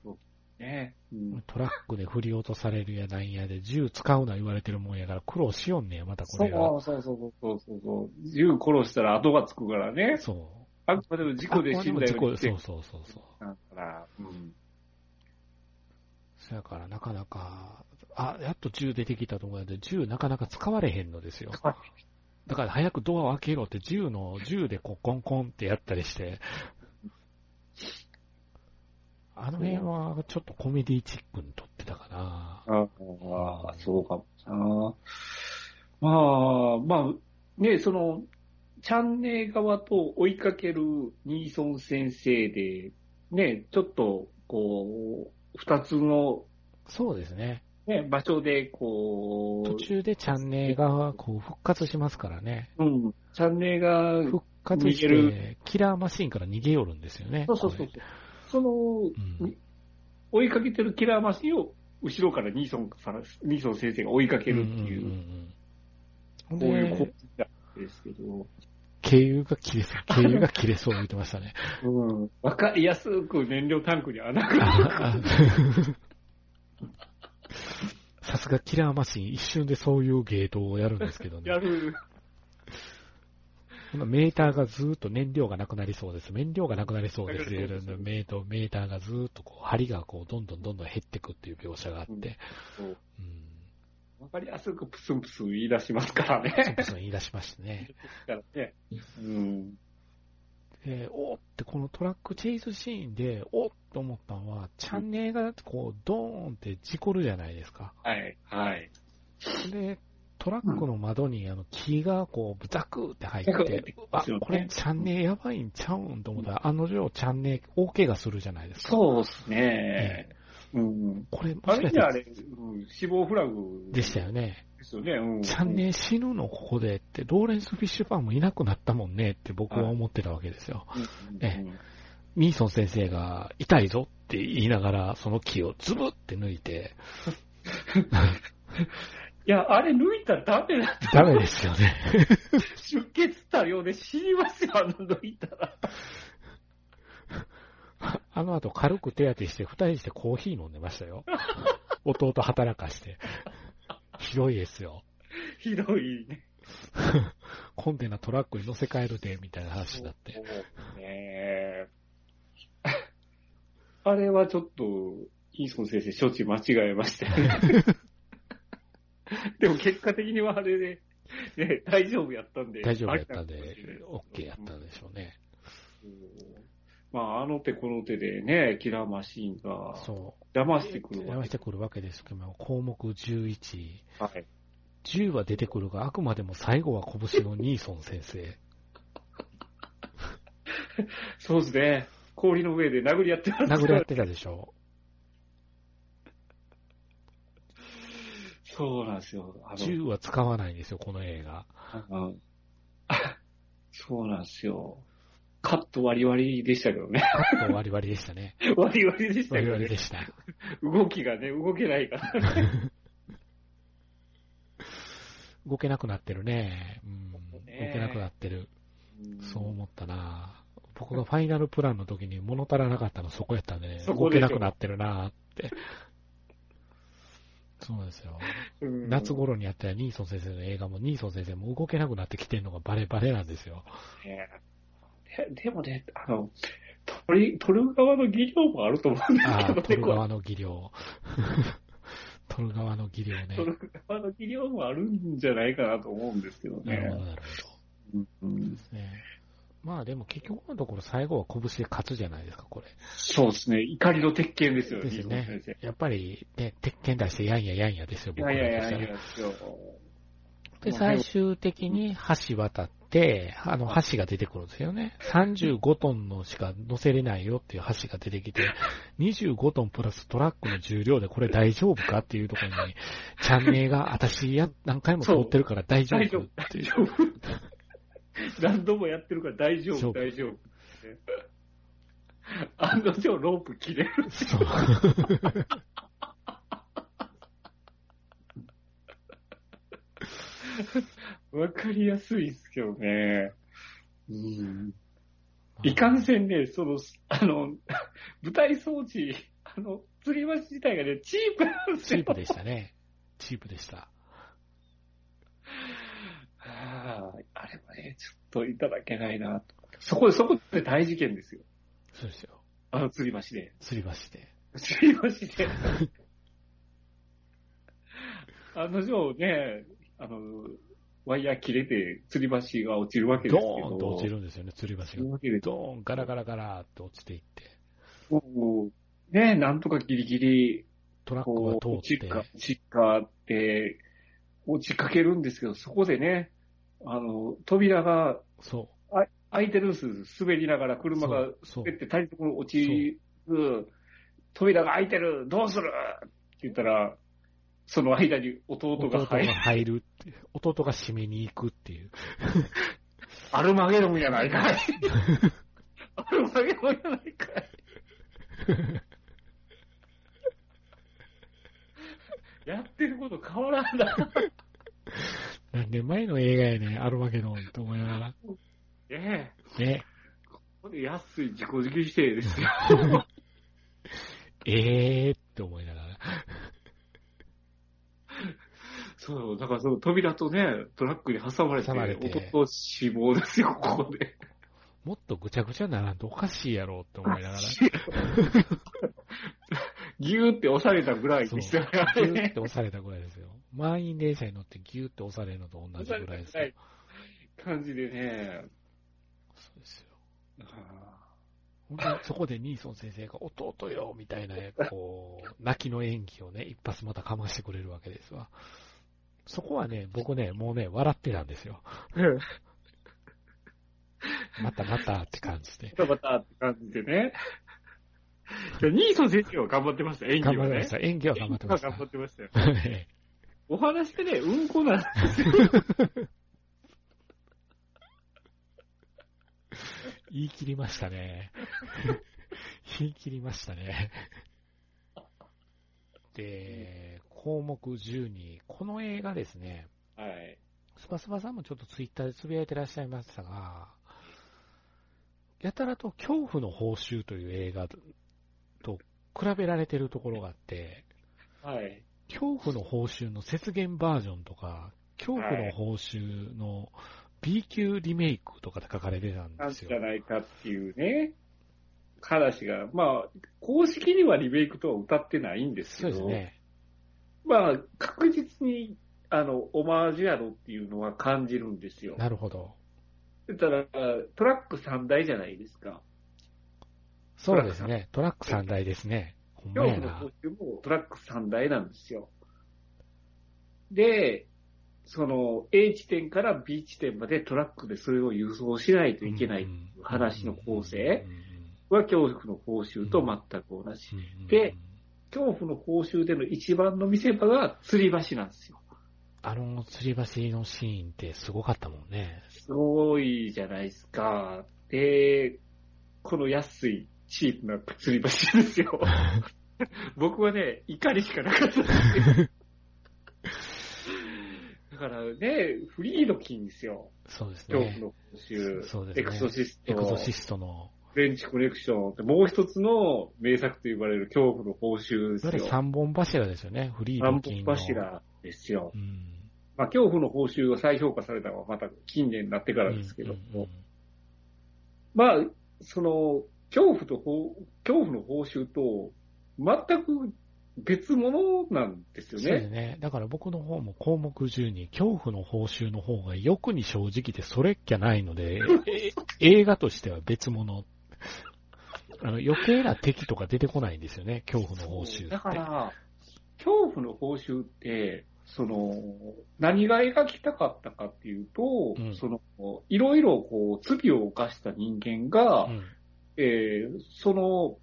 C: そうねうん
B: トラックで振り落とされるやなんやで、銃使うな言われてるもんやから苦労しよんねや、またこ
C: そ
B: れ
C: う
B: が。
C: そうそうそうそうそう。銃殺したら後がつくからね。
B: そう。
C: あくまでも事故で死んだ
B: あこれも
C: よう
B: 事故で
C: に
B: そうそうそうそう。
C: だから、うん。
B: そやからなかなか、あ、やっと銃出てきたと思うんで、銃なかなか使われへんのですよ。
C: はい
B: だから早くドアを開けろって銃の、銃でこうコンコンってやったりして、あの辺はちょっとコメディチックに撮ってたかな。
C: ああ、そうかもな。まあ、まあ、ね、その、チャンネル側と追いかけるニーソン先生で、ね、ちょっと、こう、二つの、
B: そうですね。
C: ね、場所で、こ
B: 途
C: う、
B: 中でチャンネルがこう復活しますからね。
C: うん、チャンネルが、
B: 復活し
C: 逃げ
B: て、キラーマシンから逃げ寄るんですよね。
C: そうそうそ
B: こ
C: う
B: れ。
C: その、
B: うん
C: 追いかけてるキラーマシンを、後ろからニーソンさん、ニーソン先生が追いかけるってい
B: んん
C: う、
B: うんうん
C: こうい
B: で
C: う構図なんですけど、
B: 軽油が切れ そう、軽油が切れそう言ってましたね。
C: うんわかりやすく燃料タンクに穴が。
B: さすがキラーマシン、一瞬でそういうゲートをやるんですけど
C: や
B: ね。
C: る。
B: このメーターがずーっと燃料がなくなりそうです。燃料がなくなりそうです。メ
C: なくなりそうです
B: ーターメーターがずーっとこう、針がこう、どんどんどんどん減ってくっていう描写があって。うん。
C: わかりやすくプスンプスン言い出しますから
B: そ
C: ね。
B: もそも言い出しましたね。
C: だからね。うん。
B: えーおーってこのトラックチェイスシーンで、おーって思ったのは、チャンネルがこう、ドーンって事故るじゃないですか。
C: はい。はい。
B: で、トラックの窓にあの木がこう、ザクって入っ
C: ザクって
B: て、あ、
C: そうね
B: これチャンネルやばいんちゃうんと思ったら、あの量チャンネル大怪我するじゃないですか。
C: そうですね。うん。
B: これ、も
C: あ
B: しか
C: れ
B: し
C: じ
B: た
C: ゃ
B: ら
C: あれ、うん死亡フラグ
B: でしたよね。
C: ですよね。うん。
B: チャンネル死ぬのここでって、ローレンス・フィッシュパンもいなくなったもんねって僕は思ってたわけですよ。
C: うん
B: えミーソン先生が痛いぞって言いながら、その木をズブって抜いて、
C: いや、あれ抜いたらダメだ。
B: ダメですよね。
C: 出血多量で死にますよ、あの抜いたら。
B: あの後軽く手当てして、二人してコーヒー飲んでました よ。弟働かして。ひどいですよ。
C: ひどいね。
B: コンテナトラックに乗せ替えるで、みたいな話になって。
C: そうねえあれはちょっと、イーソン先生、処置間違えましたよ ね。でも結果的にはあれで、ね、大丈夫やったんで。
B: 大丈夫やったんで
C: ありなのかもしれない、
B: OK やったんでしょうね。
C: まあ、あの手この手でね、キラーマシーンが
B: そ
C: 騙してく
B: う。
C: る
B: や
C: わ
B: ら
C: け
B: してくるわけですけども、項目11。
C: はい。
B: 10は出てくるが、あくまでも最後は拳のニーソン先生。
C: そうですね。氷の上で殴り合ってます
B: 殴り合ってたでしょ。
C: そうなんですよ。あの
B: 銃は使わないんですよ、この映画。
C: うんそうなんですよ。カット割り割りでしたけどね。
B: カット割り割りでしたね。
C: 割り割りでしたけ
B: 割り
C: ど
B: 割り
C: ね。
B: でした。
C: 動きがね、動けないから。
B: 動けなくなってるね。うん、動
C: ね
B: けなくなってる。そう思ったな。僕がファイナルプランの時に物足らなかったのそこやったね。
C: そ
B: 動
C: こ
B: け
C: でしょ
B: なくなってるなって。そうですよ。
C: うん
B: 夏頃にやったニーソン先生の映画も、ニーソン先生も動けなくなってきてるのがバレバレなんですよ。
C: ねででもね、あの、取る、取る側の技量も あると思うんです
B: あ
C: け
B: あ、
C: ど
B: 取
C: ね、
B: る
C: こ
B: 側の技 量。取る側の技量ね。
C: れ取る側の技量もあるんじゃないかなと思うんですけど
B: なるほど、
C: ね。
B: なる
C: うん
B: ほど。ねまあでも結局のところ最後は拳で勝つじゃないですか、これ。
C: そうですね。怒りの鉄拳ですよね、
B: です
C: 西野先
B: ね。やっぱり、ね、鉄拳出してやんややんやですよ、
C: 生い
B: 僕
C: や
B: ら
C: い
B: と
C: やい
B: し
C: や
B: たら
C: いや、そう
B: で、最終的に橋渡って、あの橋が出てくるんですよね。35トンのしか乗せれないよっていう橋が出てきて、25トンプラストラックの重量でこれ大丈夫かっていうところに、チャンネルが私や何回も通ってるから大丈
C: 大丈
B: 夫
C: 夫
B: ってい
C: 大
B: う
C: 丈。夫。 何度もやってるから大丈
B: そ
C: 夫、
B: う
C: 大丈夫。案の定ロープ切れる。
B: そう。
C: わかりやすいですけどね。うん。いかんせんね、その、あの、舞台装置、あの、吊り橋自体がね、チープなんです
B: チ
C: よ
B: ー。プでしたね。チープでした。
C: あーあれもね、ちょっといただけないなと。そこ、そこって大事件ですよ。
B: そうですよ。
C: あの吊り橋で。
B: 吊り橋で。
C: 吊り橋で。あの女王ね、あの、ワイヤー切れて吊り橋が落ちるわけです
B: ド
C: けど。
B: ーンと落ちるんですよね、吊り
C: 落ちる
B: 橋が。
C: わけです
B: ドーン、ガラガラガラーって落ちていって、
C: もうね、なんとかギリギリ、
B: トラックは
C: こう、
B: 通
C: 落
B: っ
C: ち
B: て
C: っ、か、落ちっかって、落ちかけるんですけど、そこでね、あの、扉が
B: そう。
C: 開いてるんです。滑りながら車が
B: そう
C: 滑って体力に落ちる、扉が開いてる、どうするって言ったら、その間に弟
B: 弟
C: が
B: が
C: 入る。
B: 入るっていう弟が締めに行くっていう。
C: アルマゲドンやない かい。アルマゲドンやないかい。やってること変わらんな。
B: 何年前の映画やねん、アルマゲドンと思いながら。
C: ええ。
B: ね。
C: これ安い自己自給否定ですよ。
B: えーって思いながら。
C: そう、だからその扉とね、トラックに挟まれて、
B: 挟まれて
C: 弟死亡ですよ、ここで。
B: もっとぐちゃぐちゃならんとおかしいやろって思いながら。ギ
C: ギューって押されたぐらいにしてあれ
B: ューっ
C: ね
B: て押されたぐらいですよ。満員電車に乗ってギューって押されるのと同じぐらいですよ。
C: 感じでね。
B: そうですよ。ほんでそこでニーソン先生が弟よみたいな、こう、泣きの演技をね、一発またかましてくれるわけですわ。そこはね、僕ね、もうね、笑ってたんですよ。
C: うん
B: またまたって感じで。
C: バタバタって感じでね。いやニーソン先生は頑張ってました、演技
B: 頑張
C: は
B: りま
C: ね
B: し。た。演技は頑張ってまし
C: 頑張ってましたよ。
B: た。ええ
C: お話でね、うんこなんですよ。
B: 言い切りましたね。 言い切りましたね。で、項目12。この映画ですね。
C: はい。
B: スパスパさんもちょっとツイッターでつぶやいてらっしゃいましたが、やたらと恐怖の報酬という映画と比べられてるところがあって、
C: はい。
B: 恐怖の報酬の雪原バージョンとか、恐怖の報酬の B 級リメイクとかで書かれてたん
C: な
B: で
C: ん
B: す
C: じ
B: よ。
C: ゃないかっていうね、話が、まあ、公式にはリメイクとは歌ってないんです
B: そう
C: け
B: です
C: ど、
B: ね。
C: まあ、確実に、あの、オマージュやろっていうのは感じるんですよ。
B: なるほど。
C: だから、トラック3台じゃないですか。
B: そうですね。トラック3台ですね。ほんまや
C: 恐怖の
B: な
C: 報。酬もトラック3台なんですよ。で、その A 地点から B 地点までトラックでそれを輸送しないといけない
B: うん
C: 話の構成
B: うんうん
C: は恐怖の報酬と全く同じ。
B: うんうん
C: で恐怖の報酬での一番の見せ場が吊り橋なんですよ。
B: あの吊り橋のシーンってすごかったもん ね。
C: すごいじゃないですか。で、この安い、チープな吊り橋で すよ。僕はね、怒りしかなかったんですよ。だからね、フリードキンですよ。
B: そうです
C: 恐怖
B: ね。
C: の報酬、
B: そうですね
C: エクソシスト、
B: エクソシストの、
C: フレンチコネクション、もう一つの名作と言われる恐怖の報酬で
B: いわゆ
C: す
B: る
C: よ。
B: 三本柱ですよね。フリード
C: 三
B: キン
C: 本
B: の。
C: 柱ですよ。
B: うん。
C: まあ、恐怖の報酬が再評価されたのはまた近年になってからですけども、
B: うんうん
C: まあ、その、恐怖と報、恐怖の報酬と、全く別物なんです
B: うんそ
C: よ
B: うです
C: ね。
B: ね。だから僕の方も項目10に、恐怖の報酬の方が欲に正直でそれっきゃないの で、映画としては別物。あの余計な敵とか出てこないんですよね、恐怖の報酬って。
C: だから、恐怖の報酬って、その、何が描きたかったかっていうと、
B: うん
C: その、いろいろこう、罪を犯した人間が、
B: うん
C: えーその、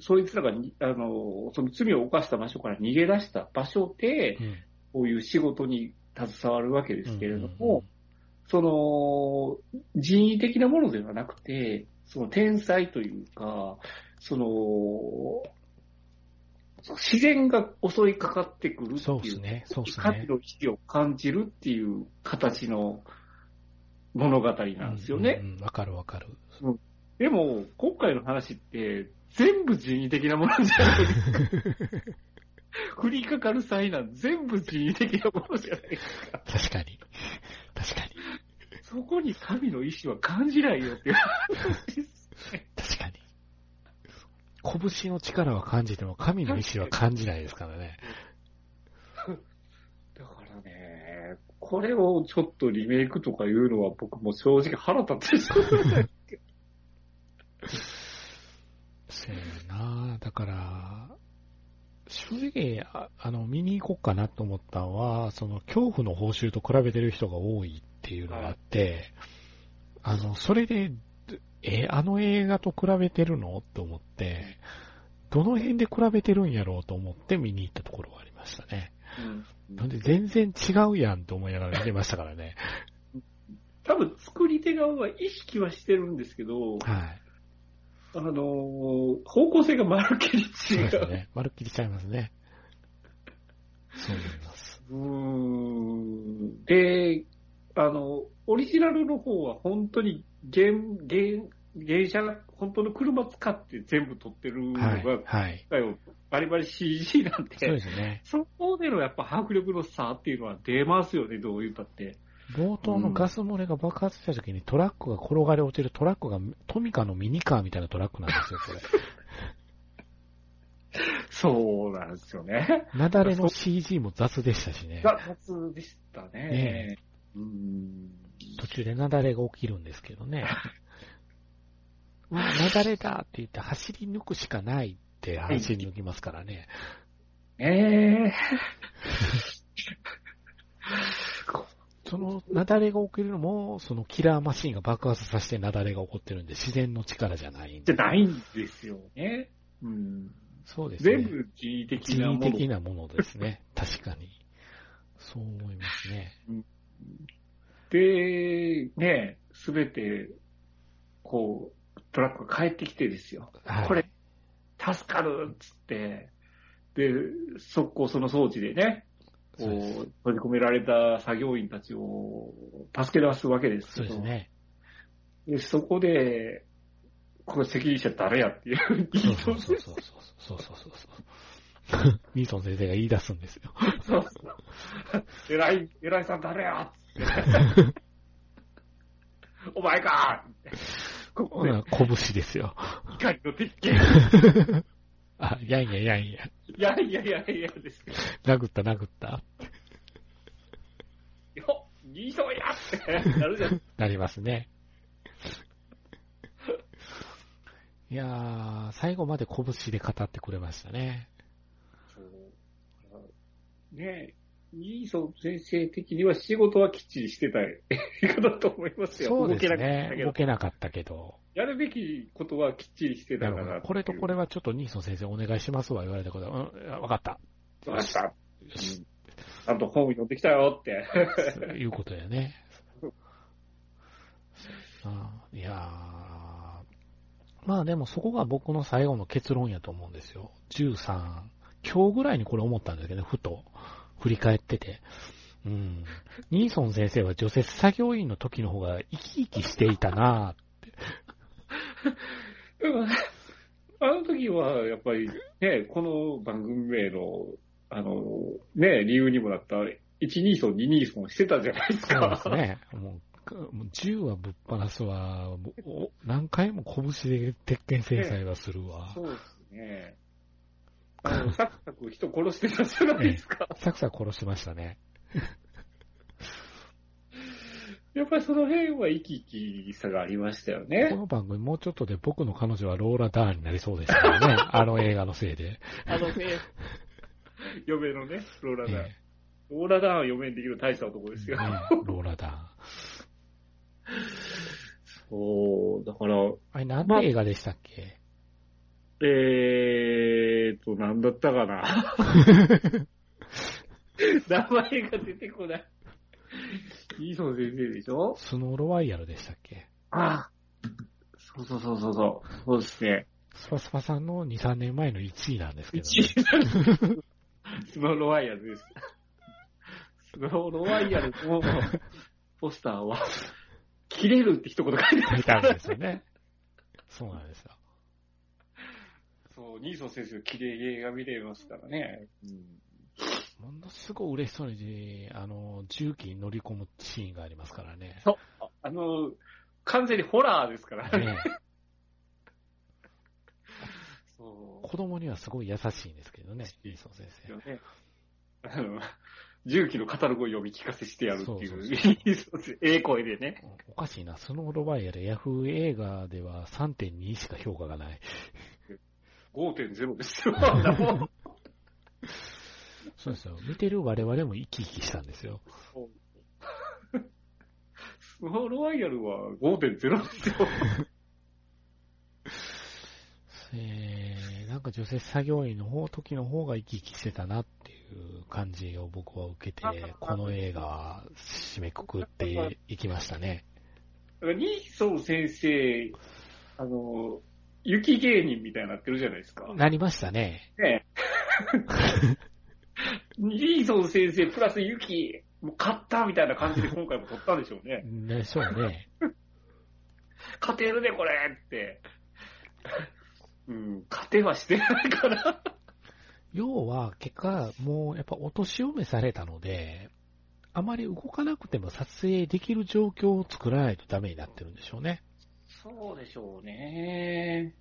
C: そいつらがに、あの、その罪を犯した場所から逃げ出した場所で、
B: うん
C: こういう仕事に携わるわけですけれども、
B: うんうんうん
C: その、人為的なものではなくて、その天才というか、その、自然が襲いかかってくるって
B: そうで
C: い
B: す
C: う、
B: ね、そうです
C: 神
B: ね。
C: の意志を感じるっていう形の物語なんですよね。
B: うんうんうんわかるわかる。
C: でも、今回の話って、全部人為的なものじゃ ないですか。降りかかる災難、全部人為的なものじゃないですか。
B: 確かに。確かに。
C: そこに神の意志は感じないよっていう話ですね。
B: 確かに。拳の力は感じても神の意志は感じないですからね。
C: だからね、これをちょっとリメイクとかいうのは僕も正直腹立ってしまう。
B: そうやなだから、正直、ああの、見に行こうかなと思ったのは、その、恐怖の報酬と比べてる人が多いっていうのがあって、あの、それで、え、あの映画と比べてるのと思って、どの辺で比べてるんやろうと思って見に行ったところがありましたね。なんで全然違うやんと思いながら見てましたからね。
C: 多分作り手側は意識はしてるんですけど、
B: はい。
C: あのー方向性がまるっきり
B: そう
C: 違
B: です
C: う。
B: ね。まるっきりちゃいますね。そう思います。
C: うーんで、あの、オリジナルの方は本当に原、原、原車、本当の車使って全部撮ってるのが、
B: はい。はい。
C: 今回はバリバリ CG なん
B: そうで
C: で、
B: すね。
C: そこでのやっぱ迫力の差っていうのは出ますよね、どう言ったって。
B: 冒頭のガス漏れが爆発した時にトラックが転がり落ちるトラックがトミカのミニカーみたいなトラックなんですよ、 これ。
C: そうなんですよね。
B: 雪崩の CG も雑でしたしね。
C: が、初でしたね。
B: ね
C: うーん。
B: 途中で雪崩が起きるんですけどね。 うわ雪崩だって言って走り抜くしかないって走り抜きますからね。
C: ええ
B: その雪崩が起きるのも、そのキラーマシンが爆発させて雪崩が起こってるんで、自然の力じゃないん
C: じ
B: で
C: ゃないんですよね。うん。
B: そうですね。
C: 全部人為的な
B: 人
C: も
B: 為
C: の。
B: 的なものですね。確かに。そう思いますね。
C: で、ね、すべて、こう、トラックが帰ってきてですよ。
B: はい、
C: これ、助かるっつって、で、速攻その装置でね、こ
B: そう
C: う
B: です。
C: 閉じ込められた作業員たちを助け出すわけですけ
B: そ
C: ど
B: うですね。
C: でそこで、この責任者誰やっていう、
B: そうそう そうそうそうそうそうそうそう。ミーソン先生が言い出すんですよ。
C: そうそう偉い、偉いさん誰やっつって。 お前かここ
B: ほ
C: で
B: な拳ですよ。
C: 怒りの鉄拳。
B: あ、やんややんや。
C: いやいやいやいやですけど
B: 殴った殴った。
C: よっ、二層やってなるじゃん。
B: なりますね。いやー、最後まで拳で語ってくれましたね。
C: そうねえ、イーソン先生的には仕事はきっちりしてたい方だと思いますよ。
B: そうです
C: 動けなかった
B: ね。
C: け
B: 動
C: ど。
B: けなかったけど。
C: やるべきことはきっちりして
B: な
C: た
B: る
C: か
B: ほ
C: ら。
B: ど。これとこれはちょっとニーソン先生お願いしますわ言われたことは、うん、わかった。
C: わかった。うん
B: よし。
C: ちゃんと本読んできたよって。
B: いうことやね。あいやーまあでもそこが僕の最後の結論やと思うんですよ。13。今日ぐらいにこれ思ったんだけど、ふと。振り返ってて。うん。ニーソン先生は除雪作業員の時の方が生き生きしていたな
C: でもねあの時は、やっぱり、ね、この番組名の、あの、ね、理由にもなった、1ニーソン、2ニーソンしてたじゃないです
B: ぁ。そうで
C: か。
B: す ね。もうか、もう銃はぶっ放すわ。もうお何回も拳で鉄拳制裁はするわ。
C: そうですね。あの、サクサク人殺してたじゃないですか。
B: サクサク殺しましたね。
C: やっぱりその辺は生き生きさがありましたよね
B: こ。の番組もうちょっとで僕の彼女はローラ・ダーンになりそうでしたから ね。あの映画のせいで。
C: あのね、 嫁のね、ローラ
B: え
C: ダーン。
B: え
C: ローラダーンは嫁にできる大した男です よ。
B: ねローラ・ダーン。
C: そう、だから、
B: あれ、なんて映画でしたっけ、
C: えーと、なんだったかな。 名前が出てこない。いいそう先生でしょ
B: スノー・ロワイヤルでしたっけ
C: ああ。そうそうそうそうそう。そうですね。
B: スパスパさんの2、3年前の1位なんですけど、
C: 一
B: ね。
C: 位スノーロワイヤルです。スノーロワイヤルのポスターは、切れるって一言書いて
B: 書い
C: まして
B: あ
C: た。
B: るんですよね。そうなんですよ。
C: そう、ニーソン先生、綺麗に映画見れますからね。うん
B: ものすごい嬉しそうに、あの、重機に乗り込むシーンがありますからね。
C: そうああの、完全にホラーですからね。
B: ね
C: そう。
B: 子供にはすごい優しいんですけ どね、リーソン先生。
C: ね。あの、重機のカタログを読み聞かせしてやるっていう、
B: そうそうそう
C: そうですええ声でね。
B: おかしいな、スノーロワイヤル、ヤフー映画では3.2しか評価がない。
C: 5.0です よ。あんなもん
B: そうですよ。見てる我々も生き生きしたんですよ。
C: スノーロワイヤルは5.0ですよ。
B: えー、なんか除雪作業員の方、時の方が生き生きしてたなっていう感じを僕は受けて、この映画は締めくくっていきましたね。
C: だからニーソン先生、あの、雪芸人みたいになってるじゃないですか。
B: なりましたね。
C: ねえ。ニーソン先生プラス雪、もう勝ったみたいな感じで今回も撮ったんでしょうね。
B: でしょうね。
C: 勝てるね、これって。うん、勝てはしてないから。
B: 要は、結果、もうやっぱお年を召されたので、あまり動かなくても撮影できる状況を作らないとダメになってるんでしょうね。
C: そうでしょうね。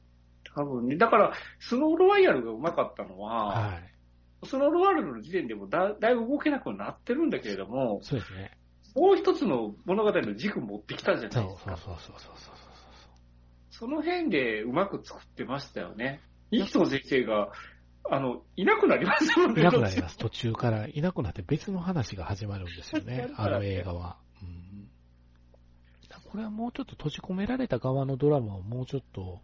C: 多分ね。だから、スノーロワイヤルがうまかったのは、
B: はい。
C: スノーロワイヤルの時点でもだだいぶ動けなくなってるんだけれども、
B: そうですね。
C: もう一つの物語の軸持ってきたじゃ
B: そ
C: な
B: う
C: いです
B: そう
C: か。
B: そうそうそうそう
C: その辺でうまく作ってましたよね。イーソン先生があの、いなくなりますもん
B: い
C: ね。
B: なくなり
C: どっ、
B: ます。途中からいなくなって別の話が始まるんですよねあの映画は。うん、だからこれはもうちょっと閉じ込められた側のドラマをもうちょっと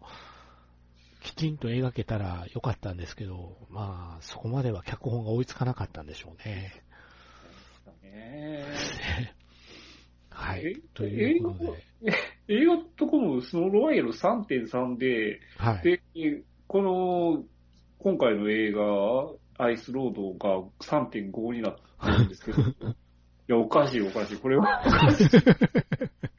B: きちんと描けたらよかったんですけど、まあ、そこまでは脚本が追いつかなかったんでしょうね。
C: ちかね。
B: はい
C: え。
B: ということで、
C: 映画とこもスノーロワイヤル3.3で、
B: はい。
C: で、この、今回の映画、アイスロードが3.5になってるんですけど、いや、おかしいおかしい。これは、おかしい。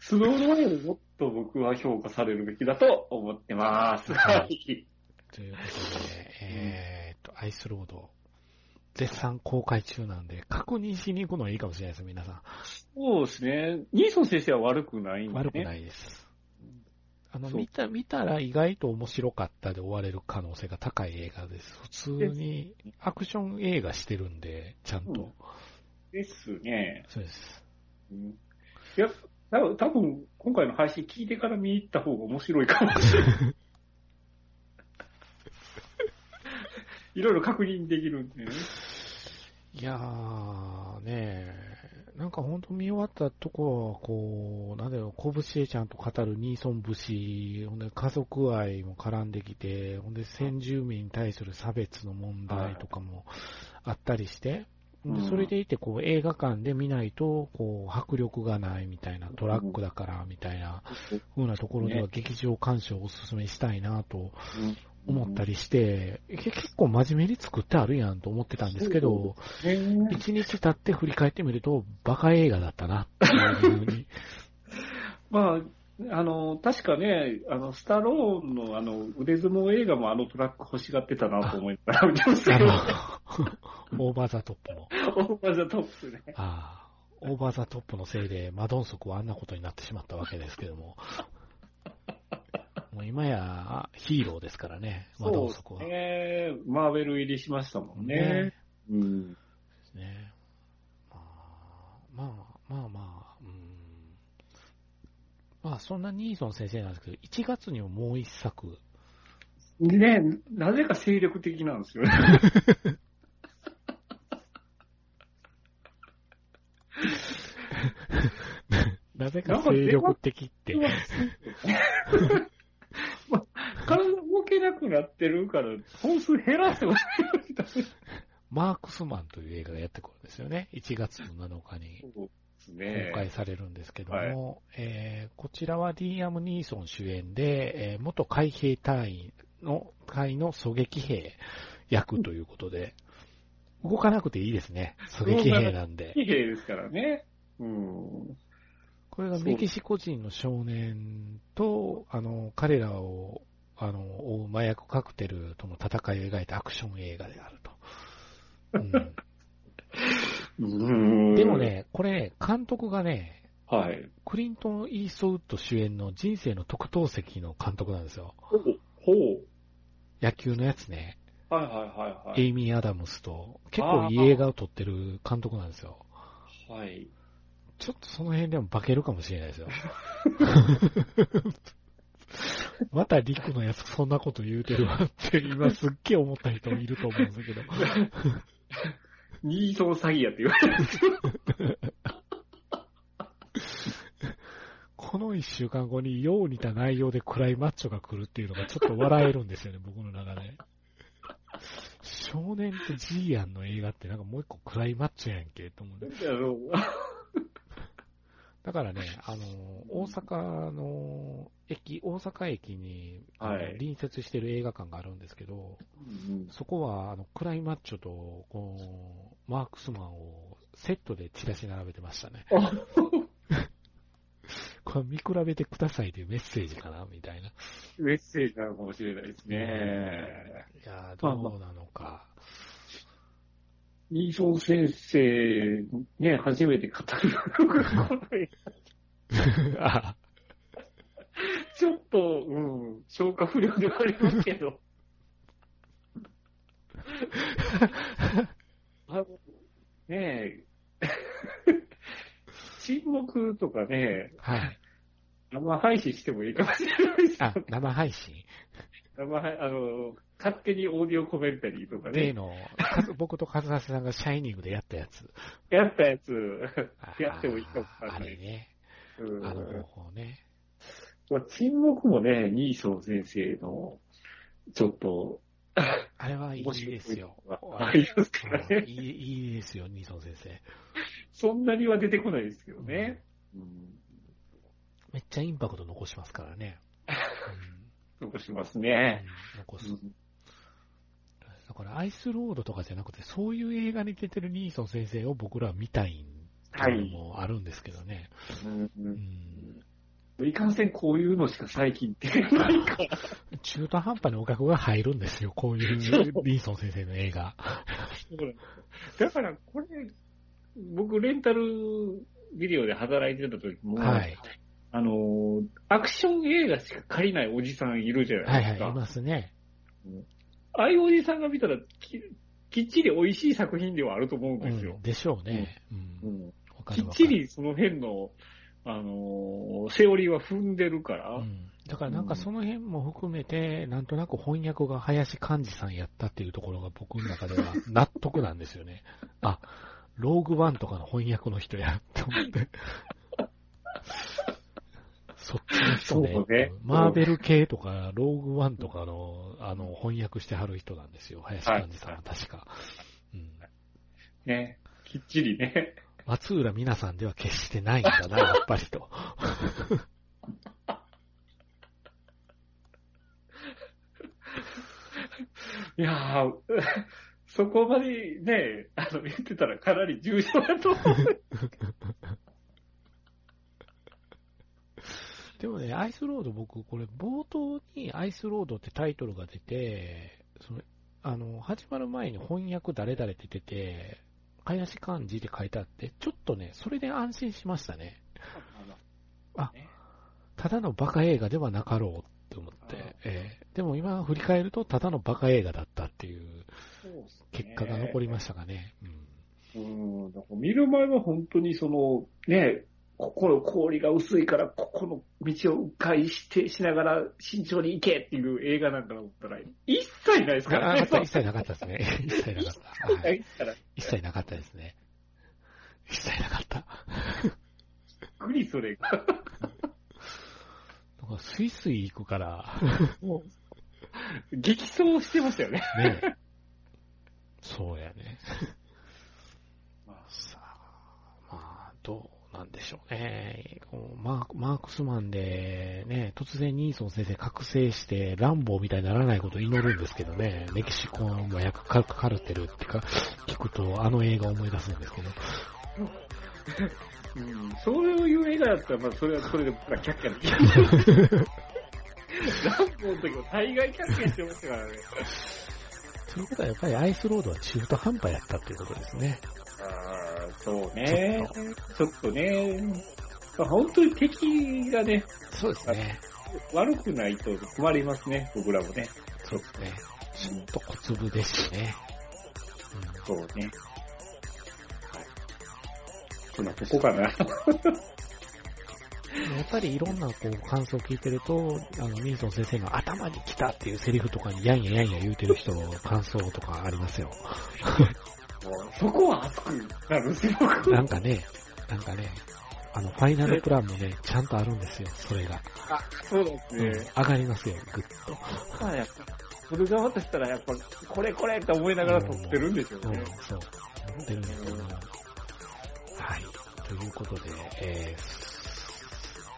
C: スノードワイヤルもっと僕は評価されるべきだと思ってます。
B: は
C: はい。
B: ということで、えーっと、アイスロード、絶賛公開中なんで、確認しに行くのはいいかもしれないです、皆さん。
C: そうですね。ニーソン先生は悪くないんで、ね。。
B: 悪くないいです。あの、
C: そう
B: 見た、見たら意外と面白かったで終われる可能性が高い映画です。普通にアクション映画してるんで、ちゃんと。
C: うんですね。
B: そうです。
C: うんいや、多分多分今回の配信聞いてから見に行った方が面白いかもしれない。いろいろ確認できるんでね。
B: いやー、ねえ、なんか本当見終わったとこは、こう、なんだろう、拳へちゃんと語るニーソン節、ほんで家族愛も絡んできて、ほんで先住民に対する差別の問題とかもあったりして、
C: うん
B: でそれでいて、こう、映画館で見ないと、こう、迫力がないみたいな、トラックだから、みたいな、ふうなところでは劇場鑑賞をおすすめしたいなと思った
C: り。
B: りして、結構真面目に作ってあるやんと思ってたんですけど、一日経って振り返ってみると、バカ映画だった な、っていうふうに。
C: まあ、あの、確かね、あの、スタローンのあの、腕相撲映画もあのトラック欲しがってたなと思いながら見てましたけど、
B: あ の、オーバーザトップの。
C: オーバーザトップね。
B: ああ、オーバーザトップのせいで、マドンソクはあんなことになってしまったわけですけども。もう今やヒーローですからね、マドンソクは。
C: そうね。マーベル入りしましたもんね。うん。
B: ね。まあ、まあ、まあ、まあ、うん。まあ、そんなニーソン先生なんですけど、1月にももう一作、
C: ねなぜか精力的なんですよね。
B: なぜ
C: な
B: か
C: んか
B: 精力的って。
C: まあ、体動けなくなってるから、本数減らせばいいんだけ
B: マークスマンという映画がやってくるんですよね。1月の7日 に
C: どです
B: 公
C: ね。
B: 開されるんですけども、えーこちらはディーアム・ニーソン主演で、えー元海兵隊員の、会の狙撃兵役ということで、動かなくていいですね。狙撃兵なんで。
C: 疲弊ですからね。うん。
B: これがメキシコ人の少年と、あの、彼らを、あの、追う麻薬カクテルとの戦いを描いたアクション映画であると。うん
C: うん
B: でも。ね、これ、監督がね、
C: はい。
B: クリントン・イーストウッド主演の人生の特等席の監督なんですよ。
C: ほう。ほ
B: 野球のやつね。
C: う。はいはいはいは
B: エ
C: い。
B: イミー・アダムスと、結構いい映画を撮ってる監督なんですよ。
C: はい。
B: ちょっとその辺でも化けるかもしれない ですよ。またリクのやつそんなこと言うてるわって今すっげえ思った人もいると思うんですけど。
C: ニーソン詐欺やって言われる。
B: この一週間後によう似た内容で暗いマッチョが来るっていうのがちょっと笑えるんですよね、 僕の中で。少年とジーアンの映画ってなんかもう一個暗いマッチョやんけと思うんで。
C: あの
B: だからね、あの、大阪の駅、大阪駅に、あの
C: はい
B: 隣接してる映画館があるんですけど、
C: うん
B: そこはあの暗いマッチョとこうマークスマンをセットでチラシ並べてました ね。
C: あ
B: これ見比べてくださいというメッセージかなみたいな。
C: メッセージなのかもしれないですね。
B: いやー、どうなのか。
C: ニーソン先生、ね、初めて語るのがこの映
B: あ
C: 画ちょっと、うん、消化不良ではあります けど。あのねえ沈黙とかね、
B: はい。
C: 生配信してもいいかもしれないです
B: あ、生配信
C: まあ、あの、勝手にオーディオコメンタリーとか
B: 例
C: ね、
B: の、かず僕と和橋さんがシャイニングでやったやつ。
C: やったやつ、
B: あー
C: やってもいいかもわか
B: あ
C: んな
B: れ
C: い。
B: ね。
C: うん
B: あの方法ね。
C: まあ、沈黙もね、ニーソン先生の、ちょっと、
B: あれはいいですよ。
C: ありますから
B: うんい
C: ね。
B: いいいですよ、ニーソン先生。
C: そんなには出てこないですけどね。
B: めっちゃインパクト残しますからね。
C: 残します
B: うん
C: ね。
B: うん残
C: う
B: す。
C: ん
B: だから、アイスロードとかじゃなくて、そういう映画に出てるニーソン先生を僕らは見たいっていうのもあるんですけどね。
C: うん
B: うん
C: いかんせんこういうのしか最近出てないから。
B: 中途半端なお客が入るんですよ、こういうニーソン先生の映画。
C: だからこれ、僕レンタルビデオで働いてた時も、
B: はい。
C: あの、アクション映画しか借りないおじさんいるじゃな
B: はいいは
C: です
B: い、い
C: か。
B: ますね。
C: ああいうおじさんが見たらき、きっちり美味しい作品ではあると思うん
B: う
C: ですよ
B: ん、。でしょうね。うん
C: うん
B: わか
C: き
B: る
C: っ
B: わか
C: ち
B: る
C: りその辺の、あのーセオリーは踏んでるから、
B: うんだからなんかその辺も含めて、なんとなく翻訳が林幹事さんやったっていうところが僕の中では納得なんですよね。あ、ローグワンとかの翻訳の人やって思って。そっちの人ね
C: そうね
B: マーベル系とか、ローグワンとかの、あの、翻訳してはる人なんですよ。林幹事さんは確か。うん、
C: ね、きっちりね。
B: 松浦美奈さんでは決してないんだな、やっぱりと。
C: いやー そこまでね、あの、言ってたらかなり重症だと思う。
B: でもね、アイスロード、僕、これ、冒頭にアイスロードってタイトルが出て、そのあの始まる前に翻訳誰々って出て、買い出し漢字で書いてあって、ちょっとね、それで安心しましたね。ただのバカ映画ではなかろうって思っ
C: あー
B: て、ええでも今振り返ると、ただのバカ映画だったっていう結果が残りま
C: し
B: したかね。うん
C: た。うん、だから見る前は本当にその、ね、ここの氷が薄いから、ここの道を迂回してしながら慎重に行けっていう映画なんかだったら、一切ないですから
B: あ
C: ね。
B: あった一切なかったですね。 一切なかった。はい
C: ないから、びっ
B: 一切なかったですね。一切なかった。
C: くりそれが。
B: なんかスイスイ行くから、
C: もう、激走してましたよね。
B: ね え。そうやね。さあ、まあ、どうなんでしょうね。こうマークマークスマンで、ね、突然ニーソン先生覚醒して、乱暴みたいにならないことを祈るんですけど ね、メキシコの麻薬カカルテルってか、聞くとあの映画を思い出すんですけ ど、
C: うん、そういう映画だったら、まあ、それはそれで僕らキャッキャ できる。ランボの時も大概キャッキャしてましたからね。
B: ということはやっぱりアイスロードは中途半端やったっていうことですね。
C: ああ、そうね。ちょっとね。まあ、本当に敵がね、
B: そうですね。
C: 悪くないと困りますね、僕らもね。
B: そうですね。ちょっと小粒ですしね。うん
C: そうね。はい。そんなとこかな。
B: やっぱりいろんなこう感想を聞いてると、あの、ミンソン先生の頭に来たっていうセリフとかにやんややんや言うてる人の感想とかありますよ。
C: そこは熱くなるんですよ。
B: なんかね、なんかね、あの、ファイナルプランもね、ちゃんとあるんですよ、それが。
C: そうです
B: うん、上がりますよ、ぐっと。
C: まあやっぱ、それが私したらやっぱ、これこれって思いながら撮ってるんでしょう
B: うん
C: ね。、
B: そう。思ってるんだと思う。はい。ということで、え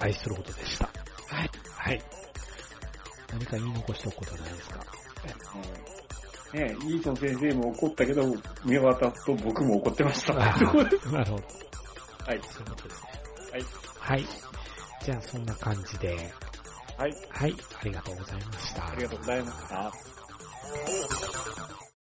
B: ー、愛することでした。はい。はい。何か言い残しておくことはないですか
C: ねえ、イーソン先生も怒ったけど、宮端と僕も怒ってました。
B: あ
C: は
B: ーなるほど。
C: い。
B: そういうことですね。
C: はい。
B: はい。じゃあ、そんな感じで、
C: はい。
B: はい、ありがとうございました。
C: ありがとうございました。